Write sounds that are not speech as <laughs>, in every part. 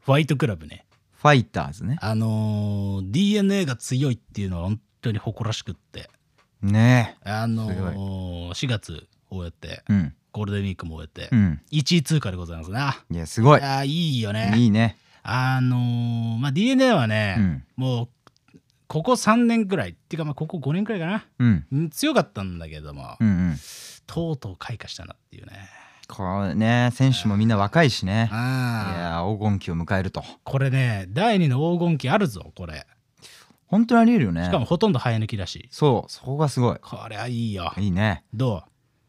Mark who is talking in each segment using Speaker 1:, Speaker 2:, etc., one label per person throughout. Speaker 1: ファイトクラブね。
Speaker 2: ファイターズね。
Speaker 1: あのー DNA が強いっていうのは本当に誇らしくって。
Speaker 2: ね
Speaker 1: あのー4月終えて、
Speaker 2: え。うん。
Speaker 1: ゴールデンウィークも終えて、
Speaker 2: うん。
Speaker 1: 1位通過でございますな。
Speaker 2: いや、すご
Speaker 1: い
Speaker 2: い。
Speaker 1: やーいいよね。
Speaker 2: いいね。
Speaker 1: あのーまあ、DNA はね、
Speaker 2: うん。
Speaker 1: もうここ3年くらいっていうかまあここ5年くらいかな
Speaker 2: うん。
Speaker 1: うん強かったんだけども、
Speaker 2: うんうん。
Speaker 1: とうとう開花したなっていうね
Speaker 2: これね、選手もみんな若いしね。い
Speaker 1: ああ
Speaker 2: やー、黄金期を迎えると。
Speaker 1: これね第2の黄金期あるぞこれ
Speaker 2: 本当にありえるよね。
Speaker 1: しかもほとんど生え抜きだし
Speaker 2: そう、そこがすごい。
Speaker 1: これはいいよ
Speaker 2: いいね。
Speaker 1: ど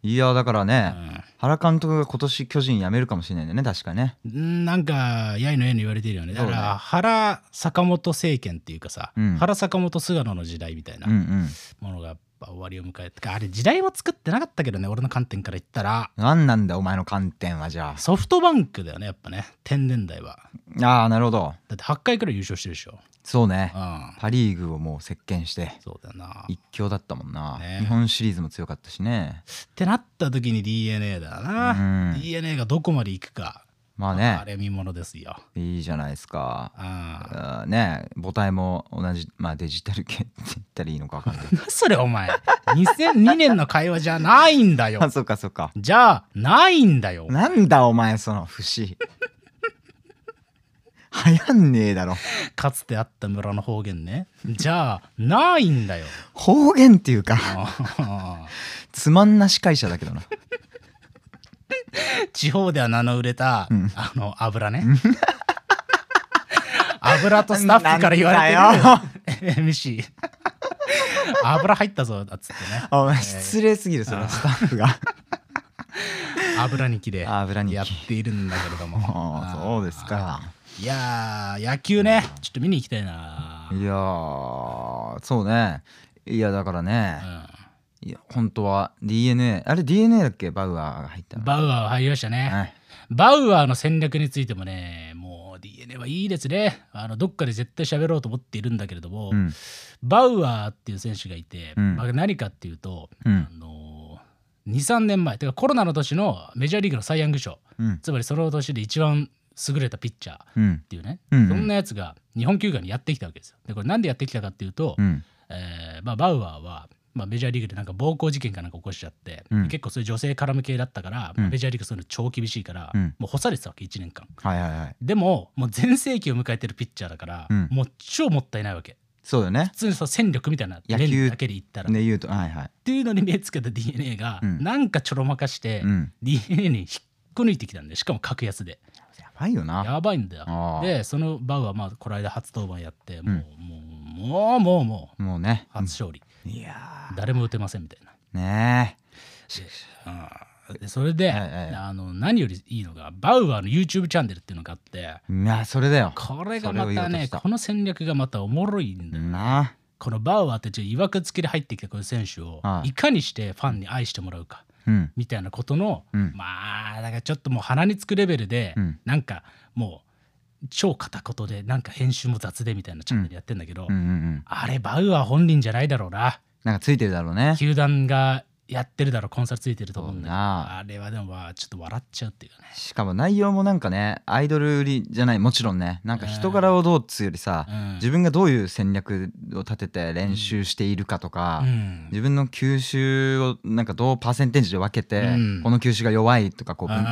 Speaker 2: いやー、だから
Speaker 1: う、う
Speaker 2: ね、
Speaker 1: ん
Speaker 2: 原監督が今年巨人辞めるかもしれないんだよね、確かね。
Speaker 1: うん、なんかやいのやいの言われてるよねだか
Speaker 2: そう
Speaker 1: ら
Speaker 2: ね
Speaker 1: 原坂本政権っていうかさ、
Speaker 2: うん
Speaker 1: 原坂本菅野の時代みたいな
Speaker 2: うんうん。
Speaker 1: ものがやっぱ終わりを迎えてかあれ時代は作ってなかったけどね俺の観点から言ったら
Speaker 2: なんなんだ、お前の観点はじゃ
Speaker 1: ソフトバンクだよねやっぱね天然台は
Speaker 2: あ。ああ、なるほど。
Speaker 1: だって8回くらい優勝してるでしょ
Speaker 2: そうね
Speaker 1: う。ん
Speaker 2: パ・リーグをもう席巻して。
Speaker 1: そうだよなっ
Speaker 2: 一強だったもんな、
Speaker 1: ね
Speaker 2: 日本シリーズも強かったしね
Speaker 1: てなった時に DNA だな、
Speaker 2: うん
Speaker 1: DNA がどこまで行くか
Speaker 2: まあ
Speaker 1: あ
Speaker 2: ね
Speaker 1: れ見ものですよ
Speaker 2: いいじゃないですか
Speaker 1: あ
Speaker 2: あーね母体も同じ、まあ、デジタル系って言ったらいいのか分かんない
Speaker 1: それお前2002年の会話じゃないんだ
Speaker 2: <laughs>
Speaker 1: よ
Speaker 2: あそっかそっか
Speaker 1: じゃあないんだよ
Speaker 2: なんだお前その節流行んねえだろ
Speaker 1: かつてあった村の方言ねじゃあないんだよ <laughs>
Speaker 2: 方言っていうか
Speaker 1: あ
Speaker 2: つまんな司会者だけどな
Speaker 1: ー地方では名の売れた、
Speaker 2: うん
Speaker 1: あの油ね油とスタッフから言われてる
Speaker 2: <laughs> なんだ
Speaker 1: <laughs>
Speaker 2: よ
Speaker 1: MC 油入ったぞだっつってね
Speaker 2: お前失礼すぎるそのスタッフが
Speaker 1: 油にきでや
Speaker 2: 油にき
Speaker 1: っているんだけれども
Speaker 2: あーそうですか
Speaker 1: いやー野球ねちょっと見に行きたいない
Speaker 2: やーそうねいやだからね、いや本当は DNA あれ DNA だっけバウアーが入った
Speaker 1: うん
Speaker 2: の
Speaker 1: バウアーは入りましたね
Speaker 2: はい
Speaker 1: バウアーの戦略についてもねもう DNA はいいですねあのどっかで絶対喋ろうと思っているんだけれども、
Speaker 2: うん
Speaker 1: バウアーっていう選手がいて、
Speaker 2: うん
Speaker 1: まあ、何かっていうと、
Speaker 2: うん
Speaker 1: あの23年前てかコロナの年のメジャーリーグのサイ・ヤング賞
Speaker 2: うん
Speaker 1: つまりその年で一番優れたピッチャーっ
Speaker 2: うん
Speaker 1: ていうね、
Speaker 2: うんうん
Speaker 1: そんなやつが日本球界にやってきたわけですよ。でこれなんでやってきたかっていうと、
Speaker 2: うん
Speaker 1: えーまあ、バウアーは、まあ、メジャーリーグでなんか暴行事件かなんか起こしちゃって、
Speaker 2: うん
Speaker 1: 結構そういう女性絡む系だったから、
Speaker 2: うん
Speaker 1: メジャーリーグそういうの超厳しいから、
Speaker 2: うん
Speaker 1: もう干されてたわけ1年間。
Speaker 2: はいはいはい
Speaker 1: でももう全盛期を迎えてるピッチャーだから、
Speaker 2: うん
Speaker 1: もう超もったいないわけ。
Speaker 2: そうだよね
Speaker 1: 普通にそう戦力みたいな
Speaker 2: 野
Speaker 1: 面
Speaker 2: 球
Speaker 1: だけで言ったら、
Speaker 2: で言うとはいはい
Speaker 1: っていうのに目つけた DNA が、
Speaker 2: うん
Speaker 1: なんかちょろまかして、
Speaker 2: うん
Speaker 1: DNA に引っこ抜いてきたんでしかも格安で
Speaker 2: やばいよな
Speaker 1: やばいんだよ
Speaker 2: あー
Speaker 1: でそのバウはまあこの間初登板やってもう、もうもうもうもう
Speaker 2: もうね
Speaker 1: 初勝利、
Speaker 2: いや
Speaker 1: 誰も打てませんみたいな
Speaker 2: ーね
Speaker 1: うんでそれで、
Speaker 2: はいはいはい
Speaker 1: あの何よりいいのがバウアーの YouTube チャンネルっていうのがあって
Speaker 2: えまあそれだよ
Speaker 1: これがまた
Speaker 2: それを言おうと
Speaker 1: ね
Speaker 2: した
Speaker 1: この戦略がまたおもろいんだよ、
Speaker 2: な
Speaker 1: このバウアーってちょっといわくつきで入ってきたこの選手を、
Speaker 2: はい
Speaker 1: い、かにしてファンに愛してもらうか
Speaker 2: うん
Speaker 1: みたいなことの、
Speaker 2: うん
Speaker 1: まあだからちょっともう鼻につくレベルで、
Speaker 2: うん
Speaker 1: なんかもう超片言でなんか編集も雑でみたいなチャンネルやってんだけど、
Speaker 2: うんうんうん
Speaker 1: あれバウアー本人じゃないだろうな
Speaker 2: なんかついてるだろうね
Speaker 1: 球団がやってるだろうコンサルついてると思うんだけど
Speaker 2: そうな
Speaker 1: あれはでもまあちょっと笑っちゃうっていうかね
Speaker 2: しかも内容もなんかねアイドル売りじゃないもちろんねなんか人柄をどうっつうよりさ
Speaker 1: うん
Speaker 2: 自分がどういう戦略を立てて練習しているかとか、
Speaker 1: うん
Speaker 2: 自分の吸収をなんかどうパーセンテージで分けて、
Speaker 1: うん
Speaker 2: この吸収が弱いとかこう
Speaker 1: うんう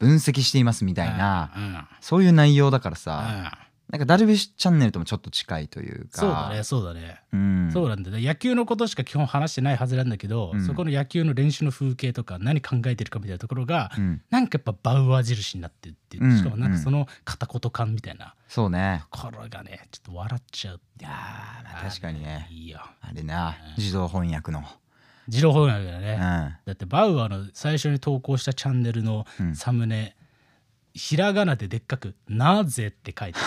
Speaker 2: 分
Speaker 1: ん
Speaker 2: 分析していますみたいな、
Speaker 1: うん
Speaker 2: そういう内容だからさ、
Speaker 1: うん
Speaker 2: なんかダルビッシュチャンネルともちょっと近いというか
Speaker 1: そうだねそうだね、
Speaker 2: うん、
Speaker 1: そうなんだよね野球のことしか基本話してないはずなんだけど、
Speaker 2: うん
Speaker 1: そこの野球の練習の風景とか何考えてるかみたいなところが、
Speaker 2: うん
Speaker 1: なんかやっぱバウアー印になってるっていう、
Speaker 2: うん
Speaker 1: しかもなんかその片言感みたいな
Speaker 2: そうね
Speaker 1: ところがねちょっと笑っちゃうって
Speaker 2: い
Speaker 1: いう
Speaker 2: やーまあ確かにね
Speaker 1: いいよ
Speaker 2: あれな自動翻訳の、
Speaker 1: 自動翻訳だ
Speaker 2: う
Speaker 1: ね、
Speaker 2: ん、
Speaker 1: だってバウアーの最初に投稿したチャンネルの
Speaker 2: うん
Speaker 1: サムネ、ひらがなででっかく「なぜ」って書いてあ
Speaker 2: <laughs>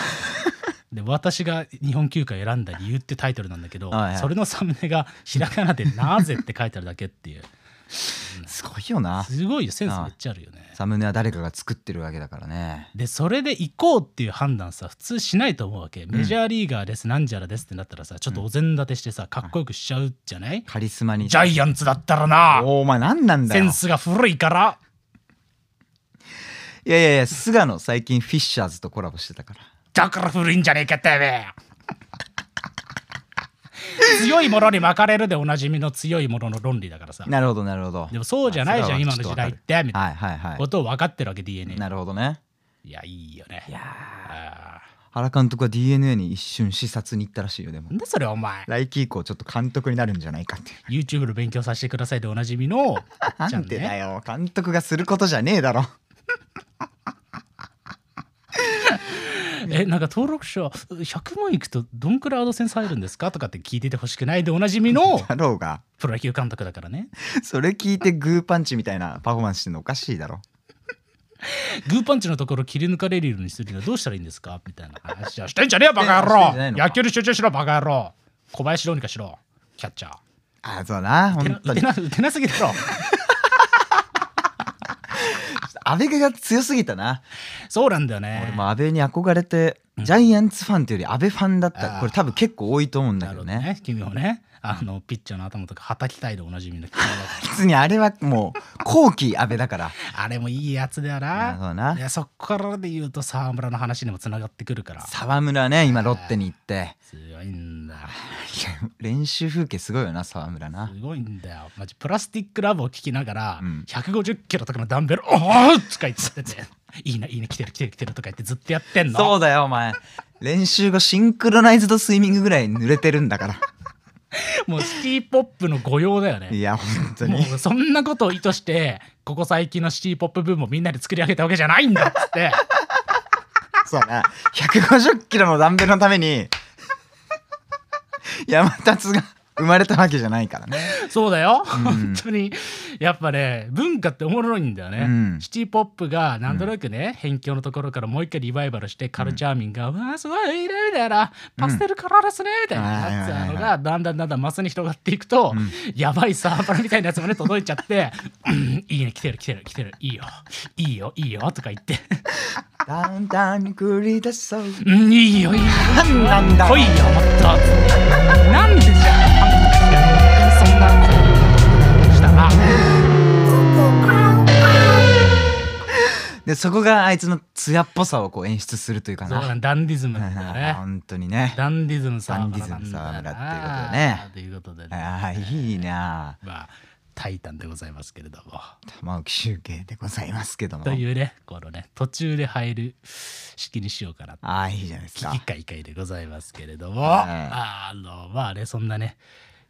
Speaker 1: るで私が日本球界を選んだ理由ってタイトルなんだけど、
Speaker 2: はいはい
Speaker 1: それのサムネがひらがなで「なぜ」って書いてあるだけっていう
Speaker 2: すごいよな
Speaker 1: すごいよセンスめっちゃあるよね
Speaker 2: サムネは誰かが作ってるわけだからね
Speaker 1: でそれで行こうっていう判断さ普通しないと思うわけ、メジャーリーガーですなんじゃらですってなったらさちょっとお膳立てしてさかっこよくしちゃうじゃない、
Speaker 2: カリスマに
Speaker 1: ジャイアンツだったらな
Speaker 2: おお前何なんだ
Speaker 1: セ
Speaker 2: よ
Speaker 1: ンスが古いから
Speaker 2: いやいやいや菅野最近フィッシャーズとコラボしてたから
Speaker 1: だから古いんじゃねえかてめえ <laughs> 強いものに巻かれるでおなじみの強いものの論理だからさ
Speaker 2: なるほどなるほど
Speaker 1: でもそうじゃないじゃん今の時代ってみたい
Speaker 2: はいはいは
Speaker 1: ないことを分かってるわけ DNA
Speaker 2: なるほどね
Speaker 1: いやいいよね
Speaker 2: いやー
Speaker 1: あ
Speaker 2: 原監督は DNA に一瞬視察に行ったらしいよでも
Speaker 1: ーなんだそれお前
Speaker 2: 来期以降ちょっと監督になるんじゃないかっていう
Speaker 1: YouTube の勉強させてくださいでおなじみのち
Speaker 2: <laughs> な
Speaker 1: ゃ
Speaker 2: んでだ
Speaker 1: よ
Speaker 2: よ監督がすることじゃねえだろ
Speaker 1: えなんか登録者100万いくとどんくらいアドセンス入るんですかとかって聞いててほしくないでおなじみ
Speaker 2: <laughs>
Speaker 1: の
Speaker 2: だろうが
Speaker 1: プロ野球監督だからね
Speaker 2: それ聞いてグーパンチみたいなパフォーマンスしてんのおかしいだろ
Speaker 1: グーパンチのところ切り抜かれるようにするにはどうしたらいいんですかみたいな話をしてんじゃねえよバカ野
Speaker 2: してんじゃな
Speaker 1: 郎
Speaker 2: いのか
Speaker 1: 野球に集中しろバカ野郎小林どうにかしろキャッチャー
Speaker 2: あそうだな
Speaker 1: 打て
Speaker 2: 本
Speaker 1: な
Speaker 2: 当
Speaker 1: 打
Speaker 2: に
Speaker 1: てな打てなすぎだろ
Speaker 2: 阿部が強すぎたな
Speaker 1: そうなんだよね
Speaker 2: 俺も阿部に憧れてジャイアンツファンっていうより阿部ファンだった
Speaker 1: あー
Speaker 2: これ多分結構多いと思うんだ
Speaker 1: な
Speaker 2: け
Speaker 1: る
Speaker 2: ど
Speaker 1: ほど
Speaker 2: ね
Speaker 1: ね君もねあのピッチャーの頭とか叩きたいでおなじみの
Speaker 2: <laughs>
Speaker 1: 君だから
Speaker 2: 別にあれはもう後期阿部
Speaker 1: <laughs>
Speaker 2: だから
Speaker 1: あれもいいやつだよ
Speaker 2: なるほ
Speaker 1: な。
Speaker 2: どない
Speaker 1: やそこからで言うと沢村の話にもつながってくるから。
Speaker 2: 沢村ね今ロッテに行って
Speaker 1: 強いんだ。
Speaker 2: いや練習風景すごいよな沢村な
Speaker 1: すごいんだよ。マジプラスティックラブを聞きながら、
Speaker 2: うん
Speaker 1: 150キロとかのダンベル、おーっとか言ってて、 <laughs> いいね、いいね、来てる、来てる、来てるとか言ってずっとやってんの。
Speaker 2: そうだよお前練習後シンクロナイズドスイミングぐらい濡れてるんだから
Speaker 1: もうシティポップの御用だよね
Speaker 2: い。や本当
Speaker 1: も
Speaker 2: に
Speaker 1: うそんなことを意図して、ここ最近のシティポップブームをみんなで作り上げたわけじゃないんだっつって。
Speaker 2: そうだな150キロのダンベルのために山立が生まれたわけじゃないからね
Speaker 1: そうだよ、本当にやっぱね文化っておもろいんだよね、
Speaker 2: うん
Speaker 1: シティ・ポップがなんとなくね、辺境のところからもう一回リバイバルしてカルチャー民が「うわーすごいいいね」みたいな「パステルカラーですね」みたい
Speaker 2: はいはいはいはい
Speaker 1: なのがだんだんだんだんマスに広がっていくと、やばいサーバルみたいなやつまで届いちゃって「うんいいね来てる来てる来てるいいよいいよいいよ」とか言って
Speaker 2: だんだんに繰り出そ
Speaker 1: 「う
Speaker 2: う
Speaker 1: んいいよいいよ」
Speaker 2: なんなんだ
Speaker 1: 来いよもっと」なんでじゃあそんなことしたら。
Speaker 2: でそこがあいつの艶っぽさをこう演出するというか
Speaker 1: そうな
Speaker 2: なん
Speaker 1: ダンディズムなんだよね。
Speaker 2: 本当にね
Speaker 1: ダンディズム沢村なんだよな
Speaker 2: ダンディズム沢村って
Speaker 1: ということでね。ということでね。
Speaker 2: ああいいな
Speaker 1: まあ、タイタンでございますけれども。
Speaker 2: 玉置集計でございますけども
Speaker 1: というね、このね、途中で入る式にしようかな。
Speaker 2: ああいいじゃないです
Speaker 1: 危機
Speaker 2: か
Speaker 1: 会会でございますけれども。
Speaker 2: はい
Speaker 1: あの、まあね、そんなね、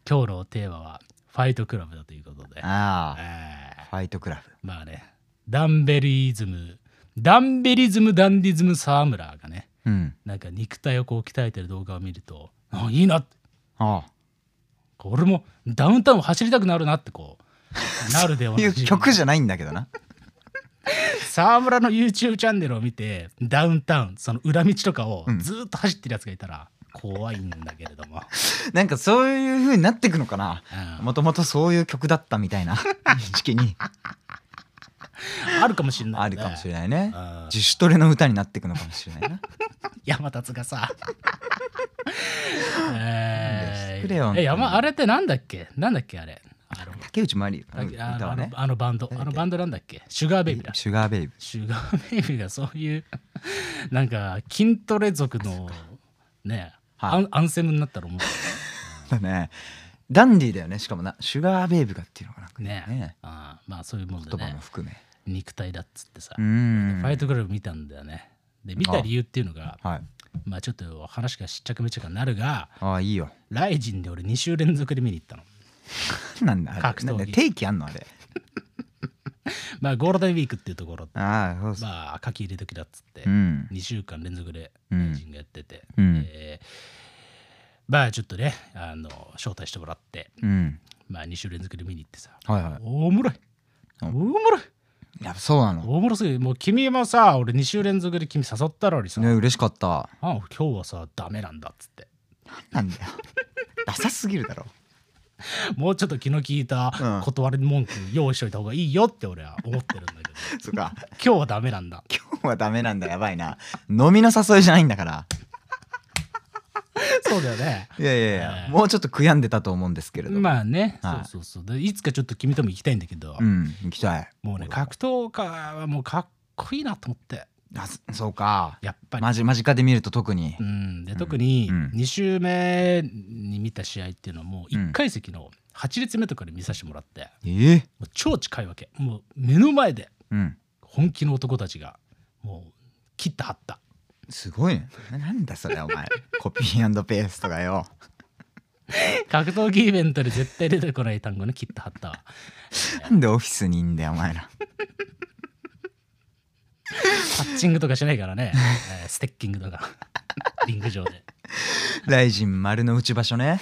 Speaker 1: 今日のテーマは、ファイトクラブだということで。
Speaker 2: ああ
Speaker 1: えー
Speaker 2: ファイトクラ
Speaker 1: まあね、ダンベリズム、ダンベリズム、ダンディズム沢村がね、
Speaker 2: ブうん
Speaker 1: なんか肉体をこう鍛えてる動画を見ると、あいいなって。
Speaker 2: ああ
Speaker 1: 俺もダウンタウンを走りたくなるなってこ
Speaker 2: <laughs>
Speaker 1: うなるでお
Speaker 2: い
Speaker 1: な
Speaker 2: う
Speaker 1: じみ
Speaker 2: 曲じゃないんだけどな
Speaker 1: 沢村の YouTube チャンネルを見てダウンタウンその裏道とかをずーっと走ってるやつがいたら怖いんだけれども、
Speaker 2: <laughs> なんかそういう風になってくのかな
Speaker 1: うん
Speaker 2: もともとそういう曲だったみ
Speaker 1: <laughs>
Speaker 2: たいな時期に
Speaker 1: あるかもしれない、ね、
Speaker 2: あるかもしれないね
Speaker 1: うん
Speaker 2: 自主トレの歌になってくのかもしれないな
Speaker 1: 山達が
Speaker 2: <laughs>
Speaker 1: さえ
Speaker 2: 失礼よ
Speaker 1: ー、え山あれってなんだっけなんだっけあれあの
Speaker 2: 竹内まりかな
Speaker 1: あ
Speaker 2: 歌
Speaker 1: の
Speaker 2: は
Speaker 1: あの
Speaker 2: ね
Speaker 1: あのバンドあのバンドなんだっけシュガーベイビーだ
Speaker 2: シュガーベイブ
Speaker 1: シュガーベイビーがそういうなんか筋トレ族のね、
Speaker 2: はい
Speaker 1: アンアンセムになったら思
Speaker 2: だねダンディーだよねしかもなシュガーベイブがっていうのがなんか
Speaker 1: うね
Speaker 2: ね
Speaker 1: ああまあそういうもんで
Speaker 2: 言葉
Speaker 1: ね
Speaker 2: も含め
Speaker 1: 肉体だっつってさ、
Speaker 2: う
Speaker 1: フ
Speaker 2: ん
Speaker 1: ァイトクラブ見たんだよねで見た理由っていうのが
Speaker 2: はい
Speaker 1: まあちょっと話がしっちゃくめっちゃくになるが
Speaker 2: ああいいよ
Speaker 1: ライジンで俺2週連続で見に行ったの
Speaker 2: なんだあ
Speaker 1: 格闘
Speaker 2: れ
Speaker 1: 技
Speaker 2: なんだ定期あんのあれ
Speaker 1: まあゴールデンウィークっていうところ
Speaker 2: ああそうそう
Speaker 1: まあ書き入れ時だっつって、
Speaker 2: うん
Speaker 1: 2週間連続で
Speaker 2: うん
Speaker 1: ライジンがやってて、
Speaker 2: うん
Speaker 1: えーまあちょっとねあの招待してもらって
Speaker 2: うん
Speaker 1: まあ2週連続で見に行ってさ
Speaker 2: はいはい
Speaker 1: おもろい
Speaker 2: うん
Speaker 1: おもろい
Speaker 2: やっぱそうなの
Speaker 1: おもろすぎるもう君もさ俺2週連続で君誘ったのにさ、
Speaker 2: ね嬉しかった
Speaker 1: あ今日はさダメなんだっつって
Speaker 2: なんだよダサすぎるだろ
Speaker 1: もうちょっと気の利いた
Speaker 2: うん
Speaker 1: 断り文句用意しといた方がいいよって俺は思ってるんだ
Speaker 2: <laughs>
Speaker 1: けど
Speaker 2: そっか
Speaker 1: 今日はダメなんだ
Speaker 2: 今日はダメなんだやばいな飲みの誘いじゃないんだから
Speaker 1: そうだよね
Speaker 2: <laughs> いやいやいや、もうちょっと悔やんでたと思うんですけれど、
Speaker 1: まあね、
Speaker 2: はい
Speaker 1: そうそうそうでいつかちょっと君とも行きたいんだけど、
Speaker 2: うん行きたい
Speaker 1: もうね格闘家はもうかっこいいなと思って
Speaker 2: あそそうか
Speaker 1: やっぱり。
Speaker 2: 間近間近で見ると特に
Speaker 1: う、ん、で特に
Speaker 2: うん
Speaker 1: 2周目に見た試合っていうのはもう1階席の8列目とかで見させてもらって
Speaker 2: ええ
Speaker 1: もう超近いわけもう目の前で
Speaker 2: うん
Speaker 1: 本気の男たちがもう切った張った
Speaker 2: すごいねななんだそれお前 <laughs> コピーペーストがよ
Speaker 1: 格闘技イベントで絶対出てこない単語の切った張ったは
Speaker 2: なんでオフィスにいんだよお前ら
Speaker 1: パッチングとかしないからね、えーステッキングとかリング上で
Speaker 2: ライジン丸の内場所ね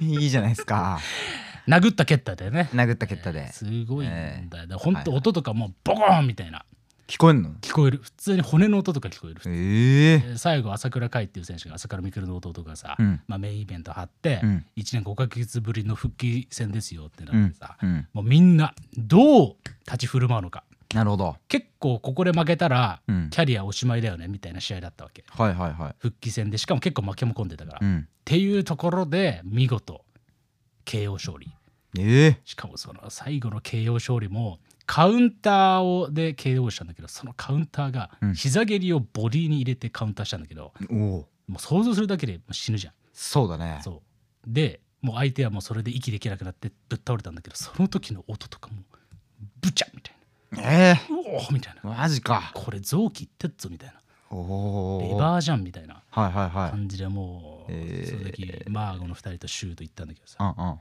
Speaker 2: いいじゃないですか
Speaker 1: 殴った蹴ったでね
Speaker 2: 殴った蹴ったで
Speaker 1: すごいんだよ、だ本当音とかもうボコーンみたいな
Speaker 2: 聞こえんの
Speaker 1: 聞こえる普通に骨の音とか聞こえる
Speaker 2: ええ
Speaker 1: で最後朝倉海っていう選手が朝倉未来の弟がさ、
Speaker 2: うん
Speaker 1: まあ、メインイベント張って、
Speaker 2: うん
Speaker 1: 1年5か月ぶりの復帰戦ですよってなってさ、
Speaker 2: うん
Speaker 1: もうみんなどう立ち振る舞うのか
Speaker 2: なるほど
Speaker 1: 結構ここで負けたら
Speaker 2: うん
Speaker 1: キャリアおしまいだよねみたいな試合だったわけ
Speaker 2: はいはいはい
Speaker 1: 復帰戦でしかも結構負けも込んでたから、
Speaker 2: う
Speaker 1: っ
Speaker 2: ん
Speaker 1: ていうところで見事 KO 勝利
Speaker 2: ええ
Speaker 1: しかもその最後の KO 勝利もカウンターをで KO したんだけどそのカウンターが
Speaker 2: うん
Speaker 1: 膝蹴りをボディに入れてカウンターしたんだけど、
Speaker 2: おお
Speaker 1: もう想像するだけでもう死ぬじゃん
Speaker 2: そうだね
Speaker 1: そうでもう相手はもうそれで息できなくなってぶっ倒れたんだけどその時の音とかもブチャみたい
Speaker 2: ええ
Speaker 1: なうおーみたいな
Speaker 2: マジか
Speaker 1: これ臓器いってっぞみたいな
Speaker 2: おお
Speaker 1: レバーじゃんみたいな
Speaker 2: はいはいはい
Speaker 1: 感じでもう、
Speaker 2: えー
Speaker 1: その時マーゴの2人とシュート行ったんだけどさ
Speaker 2: うんうん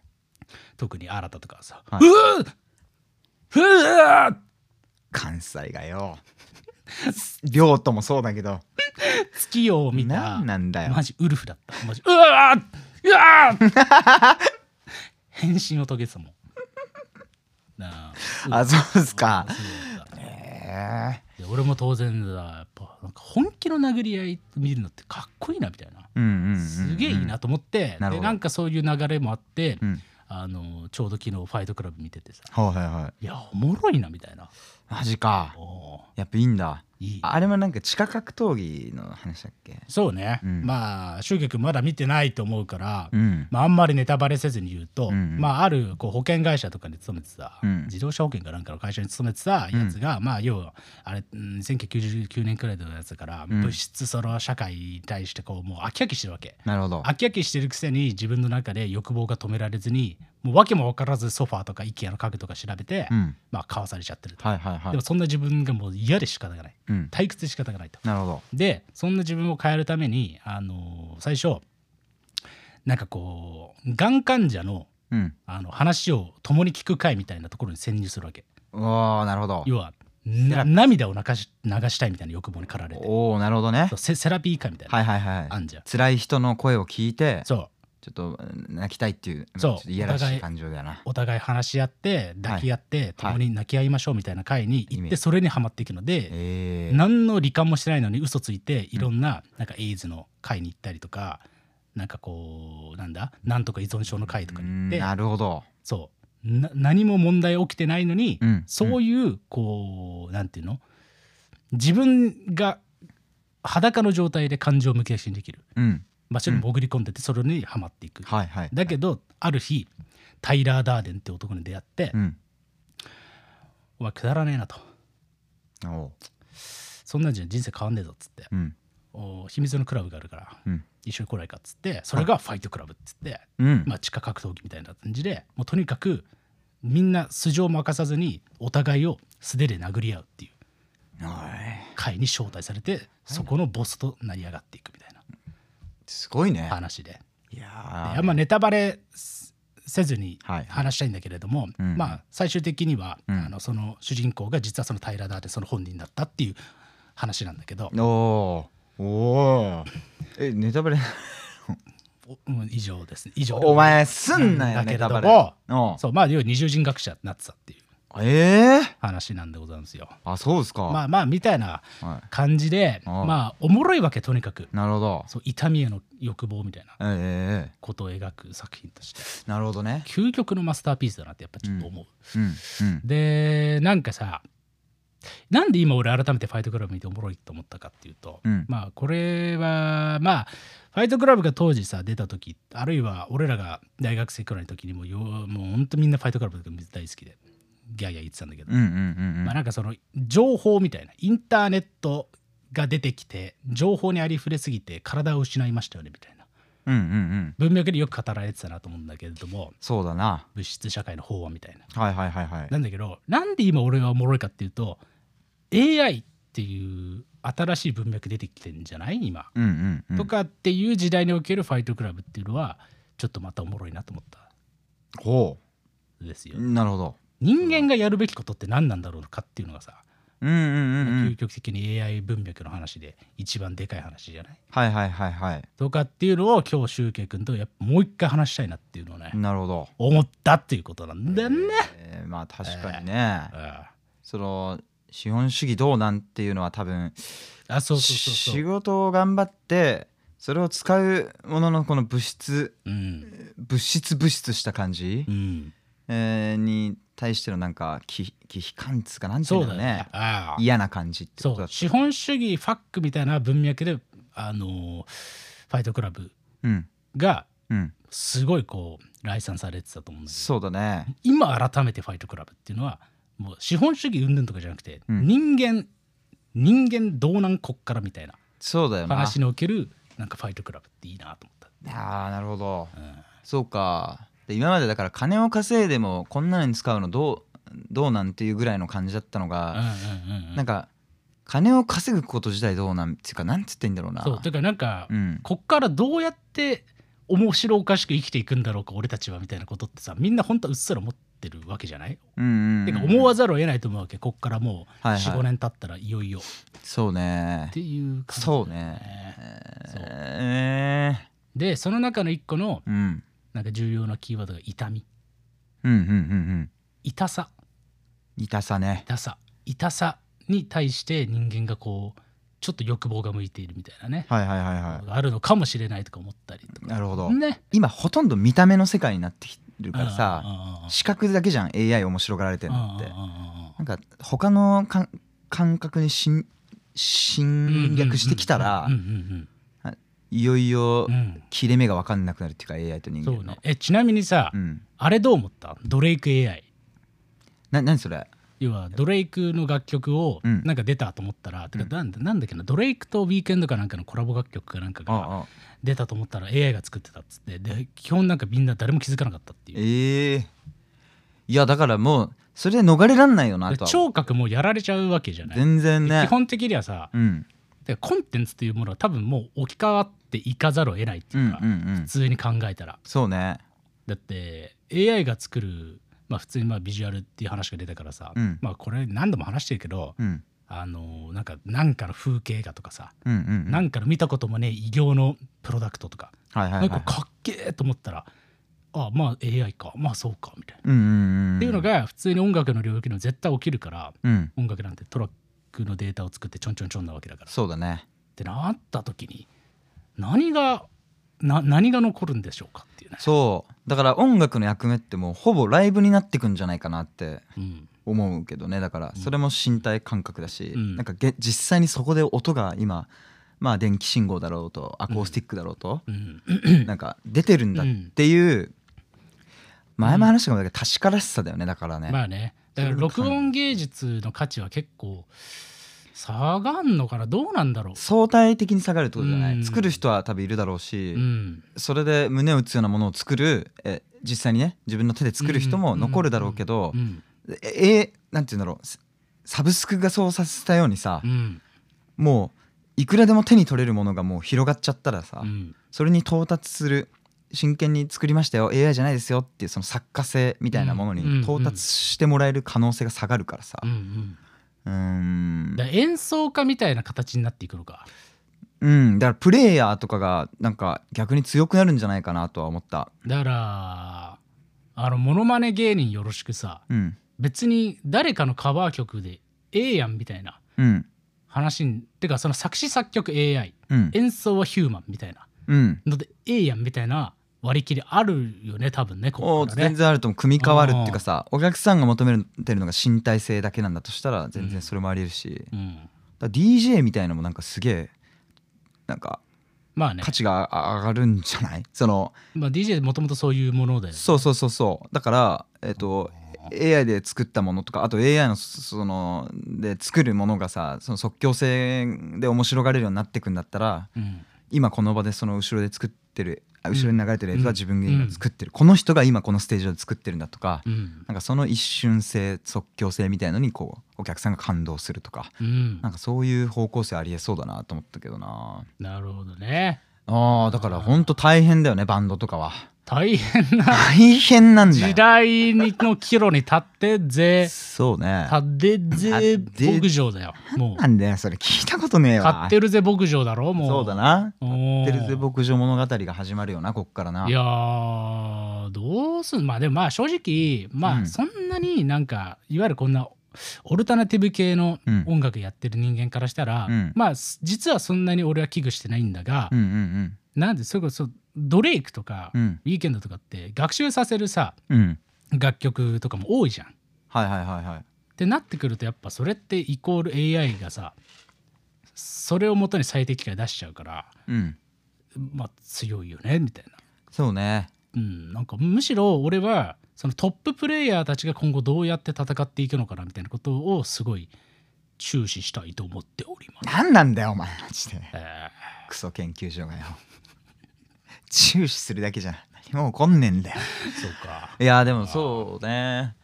Speaker 1: 特に新とかはさ「
Speaker 2: はいう
Speaker 1: ーうー
Speaker 2: 関西がよ <laughs> 両ともそうだけど
Speaker 1: 月夜を見た
Speaker 2: 何なんだよ
Speaker 1: マジウルフだったマジうわーうわー
Speaker 2: <laughs>
Speaker 1: 変身を遂げてたもんなあ
Speaker 2: あそうっすか
Speaker 1: そうだった
Speaker 2: え
Speaker 1: で俺も当然だやっぱなんか本気の殴り合い見るのってかっこいいなみたいな
Speaker 2: えうんうんうんうん
Speaker 1: すげえいいなと思って、
Speaker 2: なる
Speaker 1: で
Speaker 2: ほど
Speaker 1: なんかそういう流れもあって、
Speaker 2: うん
Speaker 1: あのちょうど昨日ファイトクラブ見ててさ
Speaker 2: はいはいはい
Speaker 1: いやおもろいなみたいな
Speaker 2: マジか
Speaker 1: おー
Speaker 2: やっぱいいんだ
Speaker 1: いい
Speaker 2: あれもなんか地下格闘技の話だっけ
Speaker 1: そうね、
Speaker 2: うん
Speaker 1: まあく君まだ見てないと思うから、
Speaker 2: うん
Speaker 1: まあ、あんまりネタバレせずに言うと、
Speaker 2: うんうん
Speaker 1: まあ、あるこう保険会社とかに勤めてた、
Speaker 2: うん
Speaker 1: 自動車保険かなんかの会社に勤めてたやつが、まあ要はあれ、うん、1999年くらいのやつだから、
Speaker 2: うん
Speaker 1: 物質その社会に対してこうもう飽き飽きしてるわけ。
Speaker 2: なるほど
Speaker 1: 飽き飽きしてるくせに自分の中で欲望が止められずにもう訳も分からずソファーとか IKEA の家具とか調べて、
Speaker 2: うん
Speaker 1: まあ買わされちゃってると、
Speaker 2: はいはいは
Speaker 1: で
Speaker 2: い
Speaker 1: もそんな自分がもう嫌で仕方がない
Speaker 2: うん
Speaker 1: 退屈で仕方がないと
Speaker 2: なるほど
Speaker 1: でそんな自分を変えるために、あのー最初なんかこうがん患者の
Speaker 2: うん
Speaker 1: あの話を共に聞く会みたいなところに潜入するわけ
Speaker 2: おおなるほど
Speaker 1: 要はな
Speaker 2: ラピ
Speaker 1: 涙を流し流したいみたいな欲望に駆られて
Speaker 2: おおなるほどね
Speaker 1: そうセセラピー会みたいな、
Speaker 2: はいはいはい
Speaker 1: あんじゃん
Speaker 2: 辛い人の声を聞いて
Speaker 1: そう
Speaker 2: ちょっと泣きたいっていう
Speaker 1: そう
Speaker 2: ちょっといやら
Speaker 1: お
Speaker 2: し
Speaker 1: 互
Speaker 2: い
Speaker 1: い
Speaker 2: 感情だよな
Speaker 1: お互い話し合って抱き合って、共に泣き合いましょうみたいな会に行っ
Speaker 2: 意
Speaker 1: て
Speaker 2: 味
Speaker 1: それにはまっていくので、
Speaker 2: ええ
Speaker 1: 何の罹患もしてないのに嘘ついていろんななんかエイズの会に行ったりとか、なんかこうなんだなんとか依存症の会とかに行って、
Speaker 2: なるほど
Speaker 1: そうな何も問題起きてないのに、
Speaker 2: うん
Speaker 1: そういうこうなんていうの自分が裸の状態で感情をむき出しにできる
Speaker 2: うん
Speaker 1: 場所に潜り込んでてそれにはまっていく、
Speaker 2: はいはい
Speaker 1: だけどある日タイラー・ダーデンって男に出会って、
Speaker 2: うん
Speaker 1: お前くだらねえなと
Speaker 2: おお
Speaker 1: そんなんじゃ人生変わんねえぞっつって、
Speaker 2: うん
Speaker 1: お秘密のクラブがあるから、
Speaker 2: うん
Speaker 1: 一緒に来ないかっつってそれがファイトクラブっつって、
Speaker 2: うん
Speaker 1: まあ、地下格闘技みたいな感じでもうとにかくみんな素性を明かさずにお互いを素手で殴り合うっていう
Speaker 2: おい
Speaker 1: 会に招待されてそこのボスと成り上がっていくみたい
Speaker 2: すごいね
Speaker 1: な話で
Speaker 2: いや
Speaker 1: あ
Speaker 2: ー
Speaker 1: んまネタバレせせずに
Speaker 2: はい
Speaker 1: 話したいんだけれども、
Speaker 2: うん
Speaker 1: まあ最終的には、
Speaker 2: うん
Speaker 1: あのその主人公が実はその平田でその本人だったっていう話なんだけど、
Speaker 2: おーおーえ
Speaker 1: <laughs>
Speaker 2: ネタバレ
Speaker 1: おうん以上ですね以上
Speaker 2: お前すんな
Speaker 1: な
Speaker 2: よ
Speaker 1: んだけれ
Speaker 2: ネ
Speaker 1: ど
Speaker 2: タ
Speaker 1: も
Speaker 2: バレおう
Speaker 1: そうまあ要は二重人格者になってたっていう
Speaker 2: ええ
Speaker 1: 話なんでございますよ
Speaker 2: あそうですか
Speaker 1: まあまあみたいな
Speaker 2: は
Speaker 1: 感じで
Speaker 2: ああ
Speaker 1: まあおもろいわけとにかく
Speaker 2: いなるほど
Speaker 1: そう痛みへの欲望みたいな
Speaker 2: えええ
Speaker 1: ことを描く作品として
Speaker 2: えなるほどね
Speaker 1: 究極のマスターピースだなってやっぱちょっと思う、
Speaker 2: うんうん
Speaker 1: でなんかさなんで今俺改めて「ファイトクラブ」見ておもろいと思ったかっていうと、
Speaker 2: うん
Speaker 1: まあこれはまあ「ファイトクラブ」が当時さ出た時あるいは俺らが大学生くらいの時にもよもうほんとみんな「ファイトクラブ」とか大好きでギャーギャー言ってたんだけど、
Speaker 2: うんうんうんうん
Speaker 1: まあなんかその情報みたいなインターネットが出てきて情報にありふれすぎて体を失いましたよねみたいな
Speaker 2: うんうんうん
Speaker 1: 文脈でよく語られてたなと思うんだけれども
Speaker 2: そうだな
Speaker 1: 物質社会の飽和みたいな。
Speaker 2: はいはいはいはい
Speaker 1: なんだけどなんで今俺はおもろいかっていうと AI っていう新しい文脈出てきてんじゃない今、
Speaker 2: うんうんうん
Speaker 1: とかっていう時代におけるファイトクラブっていうのはちょっとまたおもろいなと思った
Speaker 2: ほ
Speaker 1: んですよ。
Speaker 2: うなるほど
Speaker 1: 人間がやるべきことって何なんだろうかっていうのがさ、
Speaker 2: うんうんうんう
Speaker 1: 究
Speaker 2: ん
Speaker 1: 極的に AI 文脈の話で一番でかい話じゃない
Speaker 2: はいはいはいはい
Speaker 1: とかっていうのを今日シュウケイ君とやっぱもう一回話したいなっていうのをね、
Speaker 2: なるほど
Speaker 1: 思ったっていうことなんだよね。
Speaker 2: えーまあ確かにね
Speaker 1: あ
Speaker 2: その資本主義どうなんっていうのは多分
Speaker 1: あそうそうそうそ
Speaker 2: 仕
Speaker 1: う。
Speaker 2: 事を頑張ってそれを使うもののこの物質
Speaker 1: うん
Speaker 2: 物質物質した感じ
Speaker 1: うん、
Speaker 2: えーに対してのなんかき忌避感つかなんてい
Speaker 1: そううだ
Speaker 2: の
Speaker 1: よ
Speaker 2: ね
Speaker 1: ね。ああ
Speaker 2: 嫌な感じってこ
Speaker 1: そ
Speaker 2: とだ
Speaker 1: う資本主義ファックみたいな文脈であのーファイトクラブ
Speaker 2: うん
Speaker 1: が
Speaker 2: うん
Speaker 1: すごいこう来賛されてたと思うんです
Speaker 2: そうだね
Speaker 1: 今改めてファイトクラブっていうのはもう資本主義云々とかじゃなくて、
Speaker 2: うん
Speaker 1: 人間人間道南国からみたいな
Speaker 2: そうだよな
Speaker 1: 話におけるなんかファイトクラブっていいなと思った。
Speaker 2: あーなるほど
Speaker 1: うん
Speaker 2: そうかで今までだから金を稼いでもこんなのに使うのどうどうなんていうぐらいの感じだったのが、
Speaker 1: うんうんうんうん
Speaker 2: なんか金を稼ぐこと自体どうなんっていうかなんつっていいんだろうな
Speaker 1: そうというかなんか、
Speaker 2: うん、
Speaker 1: こっからどうやって面白おかしく生きていくんだろうか俺たちはみたいなことってさみんな本当はうっすら思ってるわけじゃない
Speaker 2: うんうんうん
Speaker 1: てか思わざるを得ないと思うわけこっからもう
Speaker 2: はいはい
Speaker 1: 45年経ったらいよいよっ
Speaker 2: そうね
Speaker 1: ていう感じだ
Speaker 2: そ
Speaker 1: よ
Speaker 2: うね
Speaker 1: そう
Speaker 2: え
Speaker 1: でその中の一個の
Speaker 2: ーうん
Speaker 1: なんか重要なキーワードが痛み
Speaker 2: うんうんうんうん
Speaker 1: 痛さ
Speaker 2: 痛さね
Speaker 1: 痛さ痛さに対して人間がこうちょっと欲望が向いているみたいなね、
Speaker 2: はいはいはいは
Speaker 1: があるのかもしれないとか思ったりと
Speaker 2: いなるほど
Speaker 1: かね
Speaker 2: 今ほとんど見た目の世界になってきてるから
Speaker 1: うん
Speaker 2: さ視覚だけじゃん AI 面白がられてる
Speaker 1: うんうん
Speaker 2: のって
Speaker 1: うんうんうんうん
Speaker 2: なんか他のかん感覚にしん侵略してきたら
Speaker 1: うんうん
Speaker 2: いよいよ
Speaker 1: うんうんうん
Speaker 2: 切れ目が分かんなくなるっていうか AI と人
Speaker 1: そう
Speaker 2: 間の
Speaker 1: ね。えちなみにさ、
Speaker 2: うん
Speaker 1: あれどう思ったドレイク AI
Speaker 2: な何それ
Speaker 1: 要はドレイクの楽曲を
Speaker 2: うん
Speaker 1: なんか出たと思ったら、てか
Speaker 2: うん
Speaker 1: なんだなんだっけなドレイクとウィーケンドかなんかのコラボ楽曲かなんか
Speaker 2: あ
Speaker 1: が
Speaker 2: ああ
Speaker 1: 出たと思ったら AI が作ってたっつってで基本なんかみんな誰も気づかなかったっていう
Speaker 2: ええいやだからもうそれで逃れらんないよな
Speaker 1: で
Speaker 2: とは
Speaker 1: 聴覚もやられちゃうわけじゃない、
Speaker 2: 全然ね
Speaker 1: 基本的にはさ
Speaker 2: うん
Speaker 1: てかコンテンツというものは多分もう置き換わっていかざるを得ないって
Speaker 2: う
Speaker 1: い
Speaker 2: ん
Speaker 1: うか、
Speaker 2: うんうん
Speaker 1: 普通に考えたら
Speaker 2: そうね
Speaker 1: だって AI が作る、まあ、普通にまあビジュアルっていう話が出たからさ、
Speaker 2: うん
Speaker 1: まあこれ何度も話してるけど、
Speaker 2: うん
Speaker 1: あのーなんかなんかの風景画とかさ、
Speaker 2: うんうんうん
Speaker 1: なんかの見たこともねえ異形のプロダクトとか、
Speaker 2: はいはいは
Speaker 1: なん
Speaker 2: い
Speaker 1: かかっけえと思ったらあまあ AI かまあそうかみたいな、
Speaker 2: うんうんうん
Speaker 1: っていうのが普通に音楽の領域の絶対起きるから
Speaker 2: うん
Speaker 1: 音楽なんてトラックのデータを作ってちょんちょんちょんなわけだから。っ
Speaker 2: そうだね
Speaker 1: てなった時に何がな何が残るんでしょうかっていうね。
Speaker 2: そうだから音楽の役目ってもうほぼライブになってくんじゃないかなって
Speaker 1: うん
Speaker 2: 思うけどねだから
Speaker 1: うん
Speaker 2: それも身体感覚だし、
Speaker 1: うん
Speaker 2: なんかげ実際にそこで音が今まあ電気信号だろうとアコースティックだろうと、
Speaker 1: うん
Speaker 2: なんか出てるんだっていう、前も話したかもだけど確からしさだよねだからね、
Speaker 1: まあねだから
Speaker 2: それを感じ
Speaker 1: 録音芸術の価値は結構下がんのかなどうなんだろう
Speaker 2: 相対的に下がるってことじゃない、
Speaker 1: うん
Speaker 2: 作る人は多分いるだろうし、
Speaker 1: うん
Speaker 2: それで胸を打つようなものを作るえ実際にね自分の手で作る人も残るだろうけど、
Speaker 1: うん
Speaker 2: ええなんて言うんだろうササブスクがそうさせたようにさ
Speaker 1: う、ん
Speaker 2: もういくらでも手に取れるものがもう広がっちゃったらさ、
Speaker 1: うん
Speaker 2: それに到達する真剣に作りましたよ AI じゃないですよっていうその作家性みたいなもの
Speaker 1: うんうんうん
Speaker 2: に到達してもらえる可能性が下がるからさ
Speaker 1: うんうん
Speaker 2: うーん
Speaker 1: だから演奏家みたいな形になっていくのか
Speaker 2: うんだからプレイヤーとかがなんか逆に強くなるんじゃないかなとは思った
Speaker 1: だからあのモノマネ芸人よろしくさ
Speaker 2: うん
Speaker 1: 別に誰かのカバー曲でええやんみたいな
Speaker 2: うん
Speaker 1: 話にてかその作詞作曲 AI
Speaker 2: うん
Speaker 1: 演奏はヒューマンみたいな
Speaker 2: うん
Speaker 1: のでええやんみたいな割り切りあるよね多分ねこ
Speaker 2: お
Speaker 1: こから
Speaker 2: ー
Speaker 1: ね
Speaker 2: 全然あると思う組み替わるっていうかさお客さんが求めてるのが身体性だけなんだとしたら全然それもありえるし、
Speaker 1: うん、
Speaker 2: だから DJ みたいのもなんかすげえなんか
Speaker 1: まあね
Speaker 2: 価値が上がるんじゃないその <laughs>
Speaker 1: まあ、DJ もともとそういうものだよね
Speaker 2: そうそうそうそうだからえっ、と AI で作ったものとかあと AI のそので作るものがさその即興性で面白がれるようになってくんだったら
Speaker 1: うん
Speaker 2: 今この場でその後ろで作ってるあ後ろに流れてる映像
Speaker 1: う
Speaker 2: は
Speaker 1: ん
Speaker 2: 自分で今作ってる、この人が今このステージ上で作ってるんだとか、
Speaker 1: うん
Speaker 2: なんかその一瞬性即興性みたいのにこうお客さんが感動するとか
Speaker 1: うん
Speaker 2: なんかそういう方向性ありえそうだなと思ったけどな
Speaker 1: なるほどね
Speaker 2: あーだからほんと大変だよねバンドとかは
Speaker 1: 大変な
Speaker 2: 大変なんだ
Speaker 1: 時
Speaker 2: よ
Speaker 1: 代にの岐路に立ってぜ
Speaker 2: そうね
Speaker 1: 立ってぜ
Speaker 2: 立って
Speaker 1: 牧場だよも
Speaker 2: なんだよそれ聞いたことねえ
Speaker 1: う
Speaker 2: わ
Speaker 1: 買ってるぜ牧場だろもう
Speaker 2: そうだな
Speaker 1: おー
Speaker 2: 買ってるぜ牧場物語が始まるよなこっからない
Speaker 1: やーどうすんまあでもまあ正直ま
Speaker 2: う
Speaker 1: あ
Speaker 2: ん
Speaker 1: そんなになんかいわゆるこんなオルタナティブ系の
Speaker 2: うん
Speaker 1: 音楽やってる人間からしたら、
Speaker 2: うん
Speaker 1: まあす実はそんなに俺は危惧してないんだが
Speaker 2: う、んうん
Speaker 1: なんでそれこそドレイクとか、
Speaker 2: うん
Speaker 1: ウィーケンドとかって学習させるさ
Speaker 2: うんうん
Speaker 1: 楽曲とかも多いじゃん。っ
Speaker 2: はいはいはいはい
Speaker 1: てなってくるとやっぱそれってイコール AI がさそれをもとに最適解出しちゃうから
Speaker 2: うん
Speaker 1: まあ強いよねみたいな。
Speaker 2: そうね
Speaker 1: うん、なんかむしろ俺はそのトッププレイヤーたちが今後どうやって戦っていくのかなみたいなことをすごい注視したいと思っております。
Speaker 2: なんなんだよお前マジで
Speaker 1: え
Speaker 2: クソ研究所がよ注視するだけじゃ何も起こんねえんだよ
Speaker 1: ーそうか
Speaker 2: いやでもそうね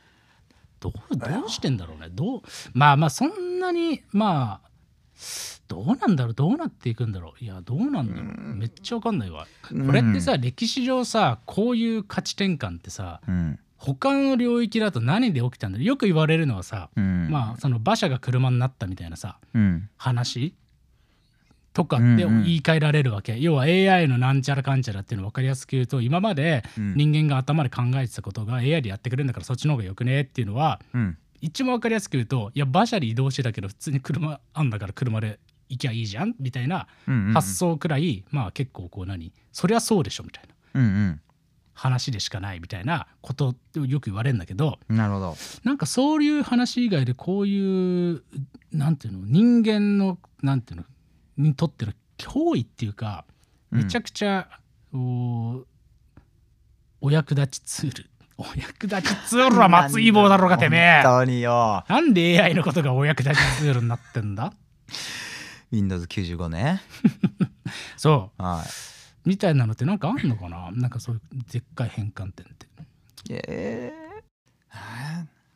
Speaker 1: どうどうしてんだろうねどうまあまあそんなにまあどうなんだろうどうなっていくんだろういやどうなんだろうめっちゃわかんないわ。これってさ歴史上さこういう価値転換ってさ
Speaker 2: うん
Speaker 1: 他の領域だと何で起きたんだろうよく言われるのはさ
Speaker 2: うん
Speaker 1: まあその馬車が車になったみたいなさ
Speaker 2: うん
Speaker 1: 話とかって
Speaker 2: うんうん
Speaker 1: 言い換えられるわけ、要は AI のなんちゃらかんちゃらっていうのを分かりやすく言うと今まで
Speaker 2: うん
Speaker 1: 人間が頭で考えてたことが AI でやってくれるんだからそっちの方がよくねっていうのは
Speaker 2: うん
Speaker 1: 一番分かりやすく言うといや馬車で移動してたけど普通に車あんだから車で行きゃいいじゃんみたいな
Speaker 2: うん
Speaker 1: 発想くらい、まあ結構こう何そりゃそうでしょみたいな
Speaker 2: うん
Speaker 1: 話でしかないみたいなことをよく言われるんだけど
Speaker 2: うんなるほど
Speaker 1: なんかそういう話以外でこういうなんていうの人間のなんていうのにとっての脅威っていうか
Speaker 2: う
Speaker 1: め
Speaker 2: ん
Speaker 1: ちゃくちゃ、おお役立ちツールお役立ちツールは松井棒だろうがてめえ
Speaker 2: 本当によ
Speaker 1: なんで AI のことがお役立ちツールになってんだ
Speaker 2: Windows95 ね
Speaker 1: そ
Speaker 2: は
Speaker 1: うみたいなのってなんかあんのかななんかそういうでっかい変換点って。
Speaker 2: いええ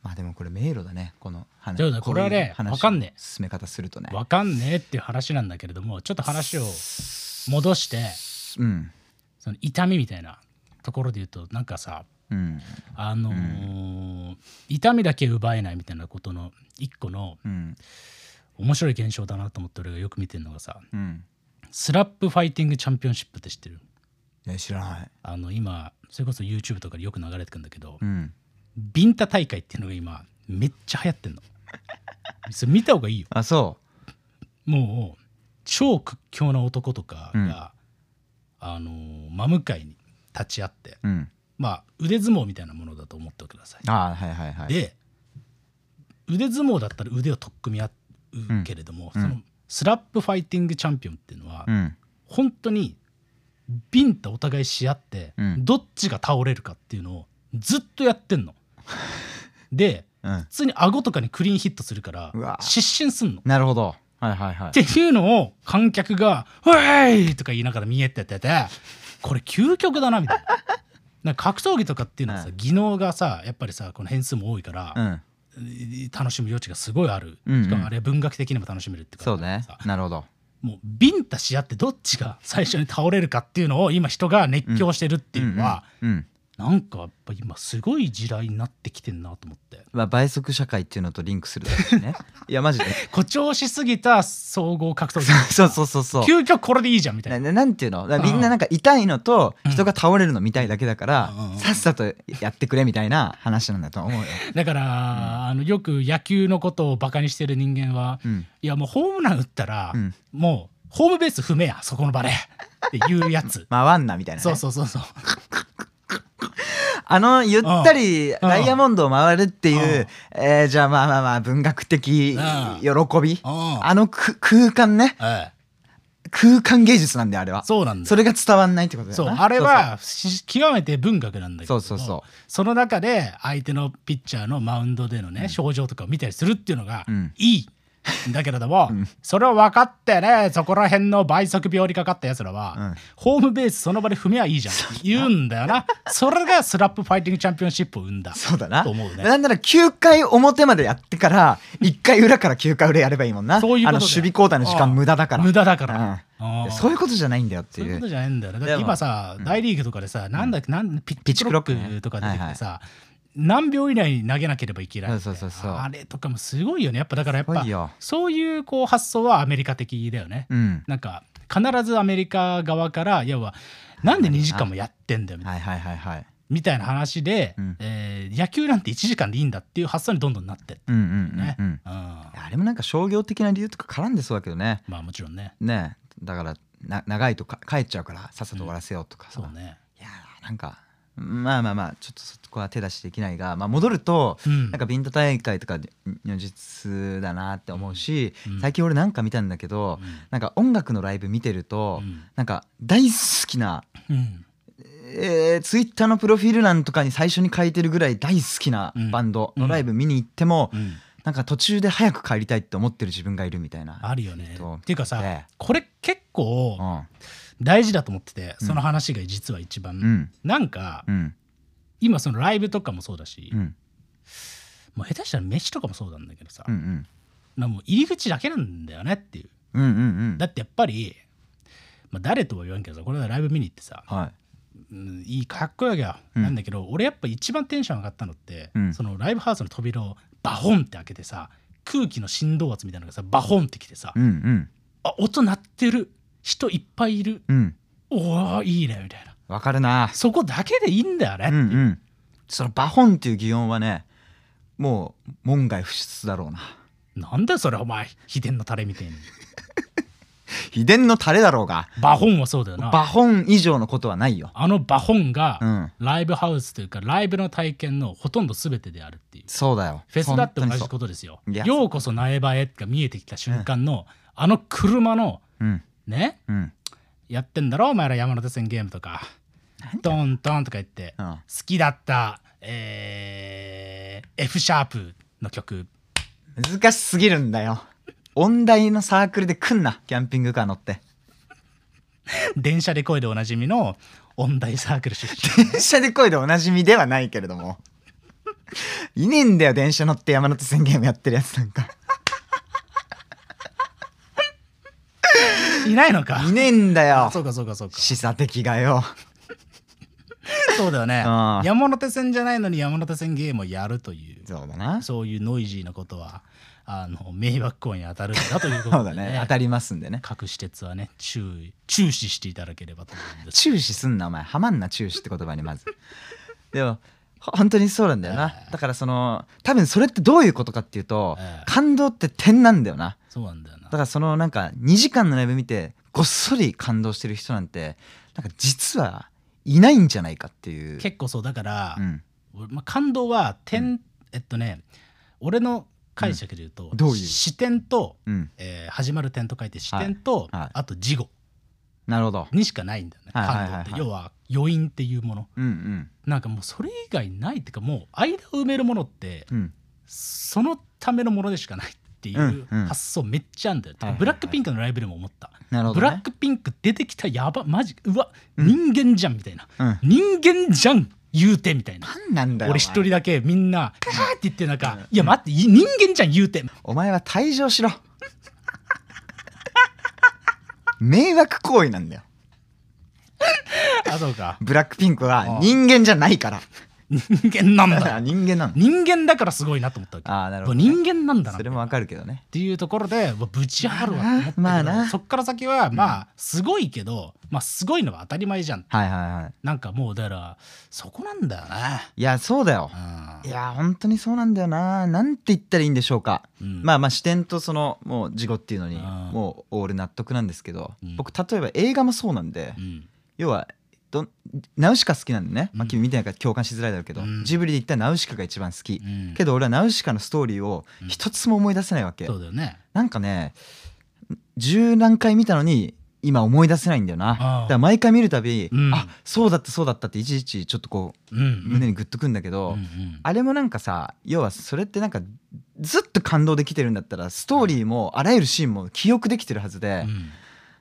Speaker 2: まあでもこれ迷路だねこの話
Speaker 1: そうだこれはね
Speaker 2: こういう話の
Speaker 1: わかんねえ
Speaker 2: 進め方するとね
Speaker 1: わかんねえっていう話なんだけれどもちょっと話を戻して
Speaker 2: うん
Speaker 1: その痛みみたいなところで言うとなんかさ
Speaker 2: うん
Speaker 1: あのー痛みだけ奪えないみたいなことの一個の
Speaker 2: うん
Speaker 1: 面白い現象だなと思って俺がよく見てるのがさ
Speaker 2: うん
Speaker 1: スラップファイティングチャンピオンシップって知ってる
Speaker 2: いや知らない
Speaker 1: あの今それこそ YouTube とかでよく流れてくんだけど、
Speaker 2: うん
Speaker 1: ビンタ大会っていうのが今めっちゃ流行ってんのそれ見た方がいいよ
Speaker 2: あそ
Speaker 1: もう超屈強な男とかが、あのー真向かいに立ち会って
Speaker 2: ううん
Speaker 1: まあ腕相撲みたいなものだと思ってください。
Speaker 2: あーはいはいはい
Speaker 1: で腕相撲だったら腕を取っ組み合うけれども、そのスラップファイティングチャンピオンっていうのは、
Speaker 2: うん
Speaker 1: 本当にビンタお互いし合って、
Speaker 2: うん
Speaker 1: どっちが倒れるかっていうのをずっとやってんの。で
Speaker 2: うん
Speaker 1: 普通に顎とかにクリーンヒットするから
Speaker 2: うわ
Speaker 1: 失神すんの。っ
Speaker 2: なるほどはいはいはい
Speaker 1: ていうのを観客が「ウェイ!」とか言いながら見えてててこれ究極だなみたいな。
Speaker 2: <laughs>
Speaker 1: なんか格闘技とかっていうのはさ、
Speaker 2: うん
Speaker 1: 技能がさやっぱりさこの変数も多いから、
Speaker 2: うん
Speaker 1: 楽しむ余地がすごいある、
Speaker 2: うんうん
Speaker 1: しかもあれは文学的にも楽しめるって
Speaker 2: そう
Speaker 1: だ
Speaker 2: ね
Speaker 1: さ
Speaker 2: なるほど
Speaker 1: もうビンタし合ってどっちが最初に倒れるかっていうのを今人が熱狂してるっていうのは、
Speaker 2: うんうん
Speaker 1: なんかやっぱ今すごい時代になってきてんなと思って
Speaker 2: まあ倍速社会っていうのとリンクするだろうし
Speaker 1: <laughs>
Speaker 2: ねいやマジで
Speaker 1: 誇張しすぎた総合格闘技
Speaker 2: <laughs> そうそうそうそう
Speaker 1: 究極これでいいじゃんみたいな。
Speaker 2: なななんていうのだから
Speaker 1: うん
Speaker 2: みんななんか痛いのと人が倒れるの見たいだけだから、
Speaker 1: うん
Speaker 2: さっさとやってくれみたいな話なんだと思
Speaker 1: <laughs>
Speaker 2: うよ。
Speaker 1: だから、あのよく野球のことをバカにしてる人間は、
Speaker 2: うん
Speaker 1: いやもうホームラン打ったら、
Speaker 2: うん
Speaker 1: もうホームベース踏めやそこの場でっていうやつ
Speaker 2: 回んなみたいな、 <laughs> ね、
Speaker 1: そうそうそうそう
Speaker 2: あのゆったりダイヤモンドを回るっていう、えーじゃあまあまあまあ文学的
Speaker 1: う
Speaker 2: 喜び、
Speaker 1: ん
Speaker 2: あのく空間ね
Speaker 1: ええ
Speaker 2: 空間芸術なんだよあれは
Speaker 1: そうなんだよ
Speaker 2: それが伝わんないってことだ
Speaker 1: そ
Speaker 2: よ
Speaker 1: う
Speaker 2: な
Speaker 1: あれはし極めて文学なんだけど
Speaker 2: そうそうそう
Speaker 1: その中で相手のピッチャーのマウンドでのね、症状とかを見たりするっていうのが
Speaker 2: うん
Speaker 1: いい、ん、だけれども、それを分かってねそこら辺の倍速病にかかったやつらは、
Speaker 2: うん
Speaker 1: ホームベースその場で踏みはいいじゃん言うんだよなそれがスラップファイティングチャンピオンシップを生んだ
Speaker 2: そうだな。
Speaker 1: と思うね
Speaker 2: なんなら9回表までやってから、1回裏から9回裏やればいいもんな。
Speaker 1: そういうことだよ
Speaker 2: あの守備交代の時
Speaker 1: ああ
Speaker 2: 間無駄だから。
Speaker 1: 無駄だから、
Speaker 2: うん
Speaker 1: あー
Speaker 2: そういうことじゃないんだよっ
Speaker 1: そ
Speaker 2: て
Speaker 1: うい
Speaker 2: いう
Speaker 1: こと
Speaker 2: う。
Speaker 1: じゃないんだよね。だって
Speaker 2: でも
Speaker 1: 今さ、大リーグとかでさ、なんだっけ、なんピッ
Speaker 2: ピ
Speaker 1: ピ
Speaker 2: ッ
Speaker 1: ッ
Speaker 2: チ
Speaker 1: チ
Speaker 2: ク
Speaker 1: ク
Speaker 2: ロ
Speaker 1: ロ
Speaker 2: ックね
Speaker 1: ックとか出てきてさ、何秒以内に投げなければいけないみたいな。
Speaker 2: そうそうそうそう
Speaker 1: あれとかもすごいよね。やっぱだからやっ
Speaker 2: す
Speaker 1: ぱ
Speaker 2: ごいよ、
Speaker 1: そういうこう発想はアメリカ的だよね。
Speaker 2: うん。
Speaker 1: なんか、必ずアメリカ側から、要は、なんで2時間もやってんだよみたいな
Speaker 2: はいはいはいはい。
Speaker 1: みたいな話で、
Speaker 2: うん
Speaker 1: えー野球なんて1時間でいいんだっていう発想にどんどんなってって
Speaker 2: うんうん
Speaker 1: ね。
Speaker 2: うんう。
Speaker 1: うんんま
Speaker 2: あれもなんか商業的な理由とか絡んでそうだけどね。
Speaker 1: あもちろんね。
Speaker 2: ねえだからな長いとか帰っちゃうからさっさと終わらせようとかさ。
Speaker 1: そうね。
Speaker 2: いやーなんかまあまあまあちょっとそこは手出しできないが、まあ、戻ると、
Speaker 1: うん
Speaker 2: なんかビンタ大会とか如実だなって思うし、
Speaker 1: うん
Speaker 2: 最近俺なんか見たんだけど、
Speaker 1: うん
Speaker 2: なんか音楽のライブ見てると、
Speaker 1: うん
Speaker 2: なんか大好きな、
Speaker 1: うん
Speaker 2: えー、ツイッターのプロフィール欄とかに最初に書いてるぐらい大好きな
Speaker 1: うん
Speaker 2: バンドのライブ見に行っても、
Speaker 1: うん
Speaker 2: なんか途中で早く帰りたいって思ってる自分がいるみたいな。
Speaker 1: あるよね。
Speaker 2: そう
Speaker 1: っていうか
Speaker 2: で
Speaker 1: さこれ結構
Speaker 2: うん
Speaker 1: 大事だと思ってて
Speaker 2: うん
Speaker 1: その話が実は一番、
Speaker 2: うん
Speaker 1: なんか
Speaker 2: うん
Speaker 1: 今そのライブとかもそうだし、
Speaker 2: うん
Speaker 1: もう下手したら飯とかもそうなんだけどさ、
Speaker 2: うんうん
Speaker 1: なんかもう入り口だけなんだよねっていう
Speaker 2: うんうん
Speaker 1: だってやっぱり、まあ、誰とは言わんけどさこれでライブ見に行ってさ、
Speaker 2: はい
Speaker 1: うんいいかっこよいわけ
Speaker 2: うん
Speaker 1: よなんだけど、俺やっぱ一番テンション上がったのって、
Speaker 2: うん
Speaker 1: そのライブハウスの扉をバホンって開けてさ空気の振動圧みたいなのがさバホンってきてさ、
Speaker 2: うんうん
Speaker 1: あ音鳴ってる人いっぱいいる
Speaker 2: うん
Speaker 1: おおいいねみたいな
Speaker 2: わかるな
Speaker 1: そこだけでいいんだよね、
Speaker 2: うんうんその「バホン」っていう擬音はねもう門外不出だろうな
Speaker 1: なんだよそれお前秘伝のタレみたいに
Speaker 2: 秘伝のタレだろうが
Speaker 1: バホンはそうだよな
Speaker 2: バホン以上のことはないよ
Speaker 1: あのバホンが
Speaker 2: うん
Speaker 1: ライブハウスというかライブの体験のほとんど全てであるっていう
Speaker 2: そうだよ
Speaker 1: フェスだって同じ
Speaker 2: 本当に
Speaker 1: ことですよ
Speaker 2: いや
Speaker 1: ようこそ苗場へが見えてきた瞬間の、あの車の
Speaker 2: そううん
Speaker 1: ね
Speaker 2: うん
Speaker 1: やってんだろお前ら山手線ゲームとかトントンとか言って、
Speaker 2: うん
Speaker 1: 好きだった、えー F シャープの曲
Speaker 2: 難しすぎるんだよ音大のサークルで来んなキャンピングカー乗って
Speaker 1: 電車で声でおなじみの音大サークル出身
Speaker 2: <laughs> 電車で来いでおなじみではないけれどもいねえんだよ電車乗って山手線ゲームやってるやつなんか
Speaker 1: いないのか。
Speaker 2: いねえんだよ
Speaker 1: そうかそうかそうか。
Speaker 2: 示唆的がよ
Speaker 1: そうだよね
Speaker 2: ああ。
Speaker 1: 山手線じゃないのに山手線ゲームをやるという、
Speaker 2: そうだな
Speaker 1: そういうノイジーなことは、あの迷惑行為に当たるんだというこ
Speaker 2: そう
Speaker 1: と
Speaker 2: だ
Speaker 1: で、
Speaker 2: ね当たりますんでね
Speaker 1: 各施設はね、注意、注視していただければと思うんです。
Speaker 2: 注視すんなお前ハマんな注視って言葉にまずでもほ本当にそうなんだよなだからその多分それってどういうことかっていうと
Speaker 1: ええ
Speaker 2: 感動って点なんだよな
Speaker 1: そうなんだよな
Speaker 2: だ。からそのなんか2時間のライブ見てごっそり感動してる人なんてなんか実はいないんじゃないかっていう
Speaker 1: 結構そうだから、
Speaker 2: うん
Speaker 1: 俺まあ、感動は点、えっとね、俺の解釈で言うと、
Speaker 2: うんどういう
Speaker 1: 視点と、
Speaker 2: うん
Speaker 1: えー始まる点と書いて視点と、
Speaker 2: はいはい
Speaker 1: あと事後
Speaker 2: なるほど
Speaker 1: にしかないんだよね、
Speaker 2: はいはいはいはい
Speaker 1: 感動って要は余韻っていうもの
Speaker 2: うんうん
Speaker 1: なんかもうそれ以外ないっていうかもう間を埋めるものって
Speaker 2: うん
Speaker 1: そのためのものでしかないってい
Speaker 2: うん
Speaker 1: う
Speaker 2: うん
Speaker 1: 発想めっちゃあんだよ、
Speaker 2: はいはいはい
Speaker 1: ブラックピンクのライブでも思った、
Speaker 2: なるほ
Speaker 1: ブ
Speaker 2: ど、ね、
Speaker 1: ラックピンク出てきたやばマジうわ
Speaker 2: うん
Speaker 1: 人間じゃんみたいな、
Speaker 2: うん
Speaker 1: 人間じゃん言うてみたいな
Speaker 2: 何なんだよ
Speaker 1: 俺一人だけみんな「カーって言ってる中「いや待ってい人間じゃん言うて
Speaker 2: お前は退場しろ迷惑行為なんだよ」
Speaker 1: あそうか
Speaker 2: ブラックピンクは
Speaker 1: あ
Speaker 2: 人間じゃないから
Speaker 1: <laughs> 人間なん
Speaker 2: <laughs>
Speaker 1: だ
Speaker 2: 人間なの
Speaker 1: 人間だからすごいなと思ったわけ
Speaker 2: あーなるほ
Speaker 1: もう
Speaker 2: どね、
Speaker 1: 人間なんだな
Speaker 2: それもわかるけどね
Speaker 1: っていうところでうわぶちあるわって思ったけど、
Speaker 2: <laughs> まあなまあな
Speaker 1: そっから先はまあすごいけど、まあすごいのは当たり前じゃん
Speaker 2: はいはいはい
Speaker 1: なんかもうだからそこなんだよ
Speaker 2: いやそうだよ
Speaker 1: な、
Speaker 2: いや本当にそうなんだよななんて言ったらいいんでしょうか、
Speaker 1: うん
Speaker 2: まあまあ視点とそのもう事後っていうのに
Speaker 1: あー
Speaker 2: もう俺納得なんですけど、
Speaker 1: うん
Speaker 2: 僕例えば映画もそうなんで、
Speaker 1: うん
Speaker 2: 要はどナウシカ好きなんでね、まあ、
Speaker 1: うん
Speaker 2: 君見てないから共感しづらいだろうけど、
Speaker 1: うん
Speaker 2: ジブリで言ったらナウシカが一番好き
Speaker 1: う、ん
Speaker 2: けど俺はナウシカのストーリーを一つも思い出せないわけ、
Speaker 1: そうだよね
Speaker 2: なんかね十何回見たのに今思い出せないんだよなだ
Speaker 1: ああ
Speaker 2: から毎回見るたび、
Speaker 1: うん
Speaker 2: あそうだったそうだったっていちいちちょっとこう
Speaker 1: うんうん
Speaker 2: 胸にグッとくんだけど、
Speaker 1: うんうん
Speaker 2: あれもなんかさ要はそれってなんかずっと感動できてるんだったらストーリーもあらゆるシーンも記憶できてるはずで、
Speaker 1: うん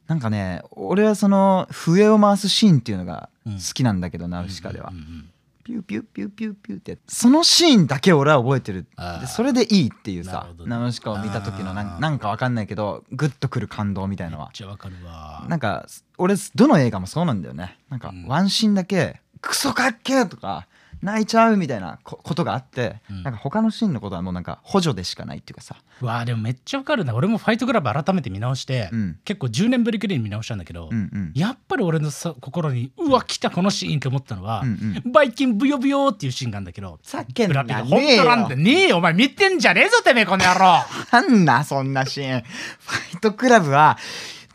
Speaker 2: なんかね俺はその笛を回すシーンっていうのが
Speaker 1: うん
Speaker 2: 好きなんだけど、ナウシカでは、
Speaker 1: うんうん
Speaker 2: ピューピューピューピューピューってやってそのシーンだけ俺は覚えてる
Speaker 1: あー
Speaker 2: でそれでいいっていう
Speaker 1: なる
Speaker 2: さ
Speaker 1: ほどね
Speaker 2: ナウシカを見た時のな
Speaker 1: あ
Speaker 2: ん
Speaker 1: ー
Speaker 2: なんかわかんないけどグッとくる感動みたい
Speaker 1: め
Speaker 2: の
Speaker 1: っ
Speaker 2: は
Speaker 1: ちゃわかるわ
Speaker 2: なんか俺どの映画もそうなんだよねなんか
Speaker 1: うん
Speaker 2: ワンシーンだけ「クソかっけ!」とか泣いちゃうみたいなこことがあって、
Speaker 1: うん
Speaker 2: なんか他のシーンのことはもうなんか補助でしかないっていうかさ、
Speaker 1: うわあでもめっちゃわかるな俺も「ファイトクラブ」改めて見直して、
Speaker 2: うん、
Speaker 1: 結構10年ぶりくらいに見直したんだけど、
Speaker 2: うんうん
Speaker 1: やっぱり俺のさ心にうわ来たこのシーンって思ったのは、
Speaker 2: うんうん
Speaker 1: バイキンブヨブヨっていうシーンがあるんだけど
Speaker 2: さっき
Speaker 1: ブ
Speaker 2: の
Speaker 1: ラピが本当なんだねえよお前見てんじゃねえぞてめえこの野郎
Speaker 2: なんだそんなシーンファイトクラブは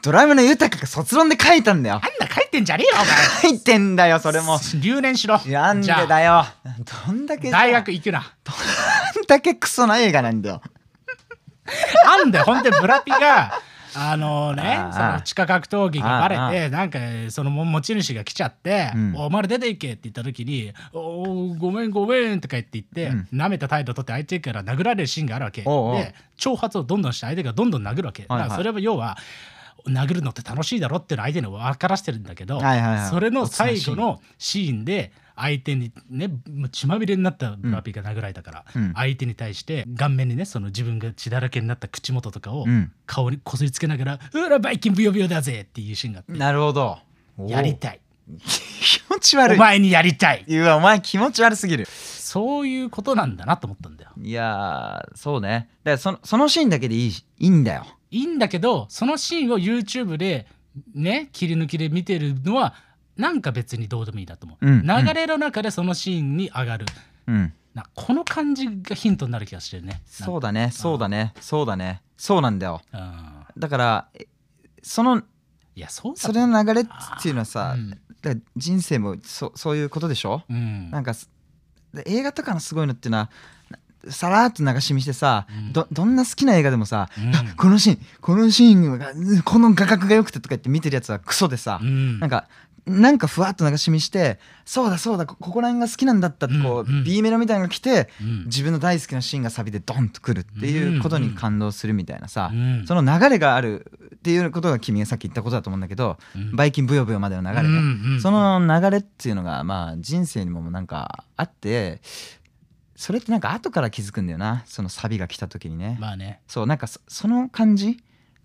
Speaker 2: ドラムの豊が卒論で書いたんだよ
Speaker 1: あんな書いてんじゃねえよお
Speaker 2: 書いてんだよそれ
Speaker 1: <laughs>
Speaker 2: も
Speaker 1: 前留年しろ
Speaker 2: なんで
Speaker 1: じゃあ
Speaker 2: だよどんだけ
Speaker 1: 大学行くな
Speaker 2: どんだけクソな映画なんだよ
Speaker 1: あんだよ本当にブラピが <laughs> あのね
Speaker 2: あ、
Speaker 1: その地下格闘技が
Speaker 2: あ
Speaker 1: バ
Speaker 2: あ
Speaker 1: レてなんかその持ち主が来ちゃって
Speaker 2: う
Speaker 1: 「
Speaker 2: ん
Speaker 1: お前ら出ていけ」って言った時に「おーごめんごめん」とか言って言って、舐めた態度取って相手から殴られるシーンがあるわけ
Speaker 2: おうおう
Speaker 1: で挑発をどんどんして相手がどんどん殴るわけ、
Speaker 2: はいはい
Speaker 1: だからそれは要は殴るのって楽しいだろっていうのを相手に分からしてるんだけど、
Speaker 2: はいはいはい
Speaker 1: それの最後のシーンで相手にねもう血まみれになったブラピが殴られたから、
Speaker 2: うん
Speaker 1: 相手に対して顔面にねその自分が血だらけになった口元とかを
Speaker 2: うん
Speaker 1: 顔にこすりつけながら「うらバイキンブヨブヨだぜ!」っていうシーンがあって
Speaker 2: なるほどおう
Speaker 1: やりたい
Speaker 2: 気持ち
Speaker 1: お
Speaker 2: 悪い
Speaker 1: 前にやりたい
Speaker 2: いやお前気持ち悪すぎる
Speaker 1: そういうことなんだなと思ったんだよ
Speaker 2: いやーそうねだからそのそのシーンだけでいいしいいんだよ
Speaker 1: いいんだけどそのシーンを YouTube でね切り抜きで見てるのはなんか別にどうでもいいなと思う、
Speaker 2: うん
Speaker 1: 流れの中でそのシーンに上がる
Speaker 2: うん
Speaker 1: なこの感じがヒントになる気がしてるね
Speaker 2: そうだねそうだねそうだねそうなんだよ
Speaker 1: なんか
Speaker 2: だからえその
Speaker 1: うんいやそうだ
Speaker 2: それの流れっていうのはさ
Speaker 1: うん
Speaker 2: だから人生もそそういうことでしょ
Speaker 1: うん
Speaker 2: なんかすで映画とかのすごいのっていうのはなさらっと流し見してさ、
Speaker 1: うん
Speaker 2: どどんな好きな映画でもさ、
Speaker 1: うん
Speaker 2: あこのシーンこのシーンがうんこの画角が良くてとか言って見てるやつはクソでさ、
Speaker 1: うん
Speaker 2: なんかなんかふわっと流し見してそうだそうだこここら辺が好きなんだったってこう、
Speaker 1: うんうん
Speaker 2: B メロみたいなのが来て、
Speaker 1: うん
Speaker 2: 自分の大好きなシーンがサビでドンとくるっていうことに感動するみたいなさ、
Speaker 1: うん
Speaker 2: その流れがあるっていうことが君がさっき言ったことだと思うんだけど、
Speaker 1: うん
Speaker 2: バイキンブヨブヨまでの流れね、
Speaker 1: うんうん
Speaker 2: その流れっていうのがまあ人生にもなんかあってそれってなんか後から気づくんだよなそのサビが来た時にね、
Speaker 1: まあね、
Speaker 2: そうなんかそその感じ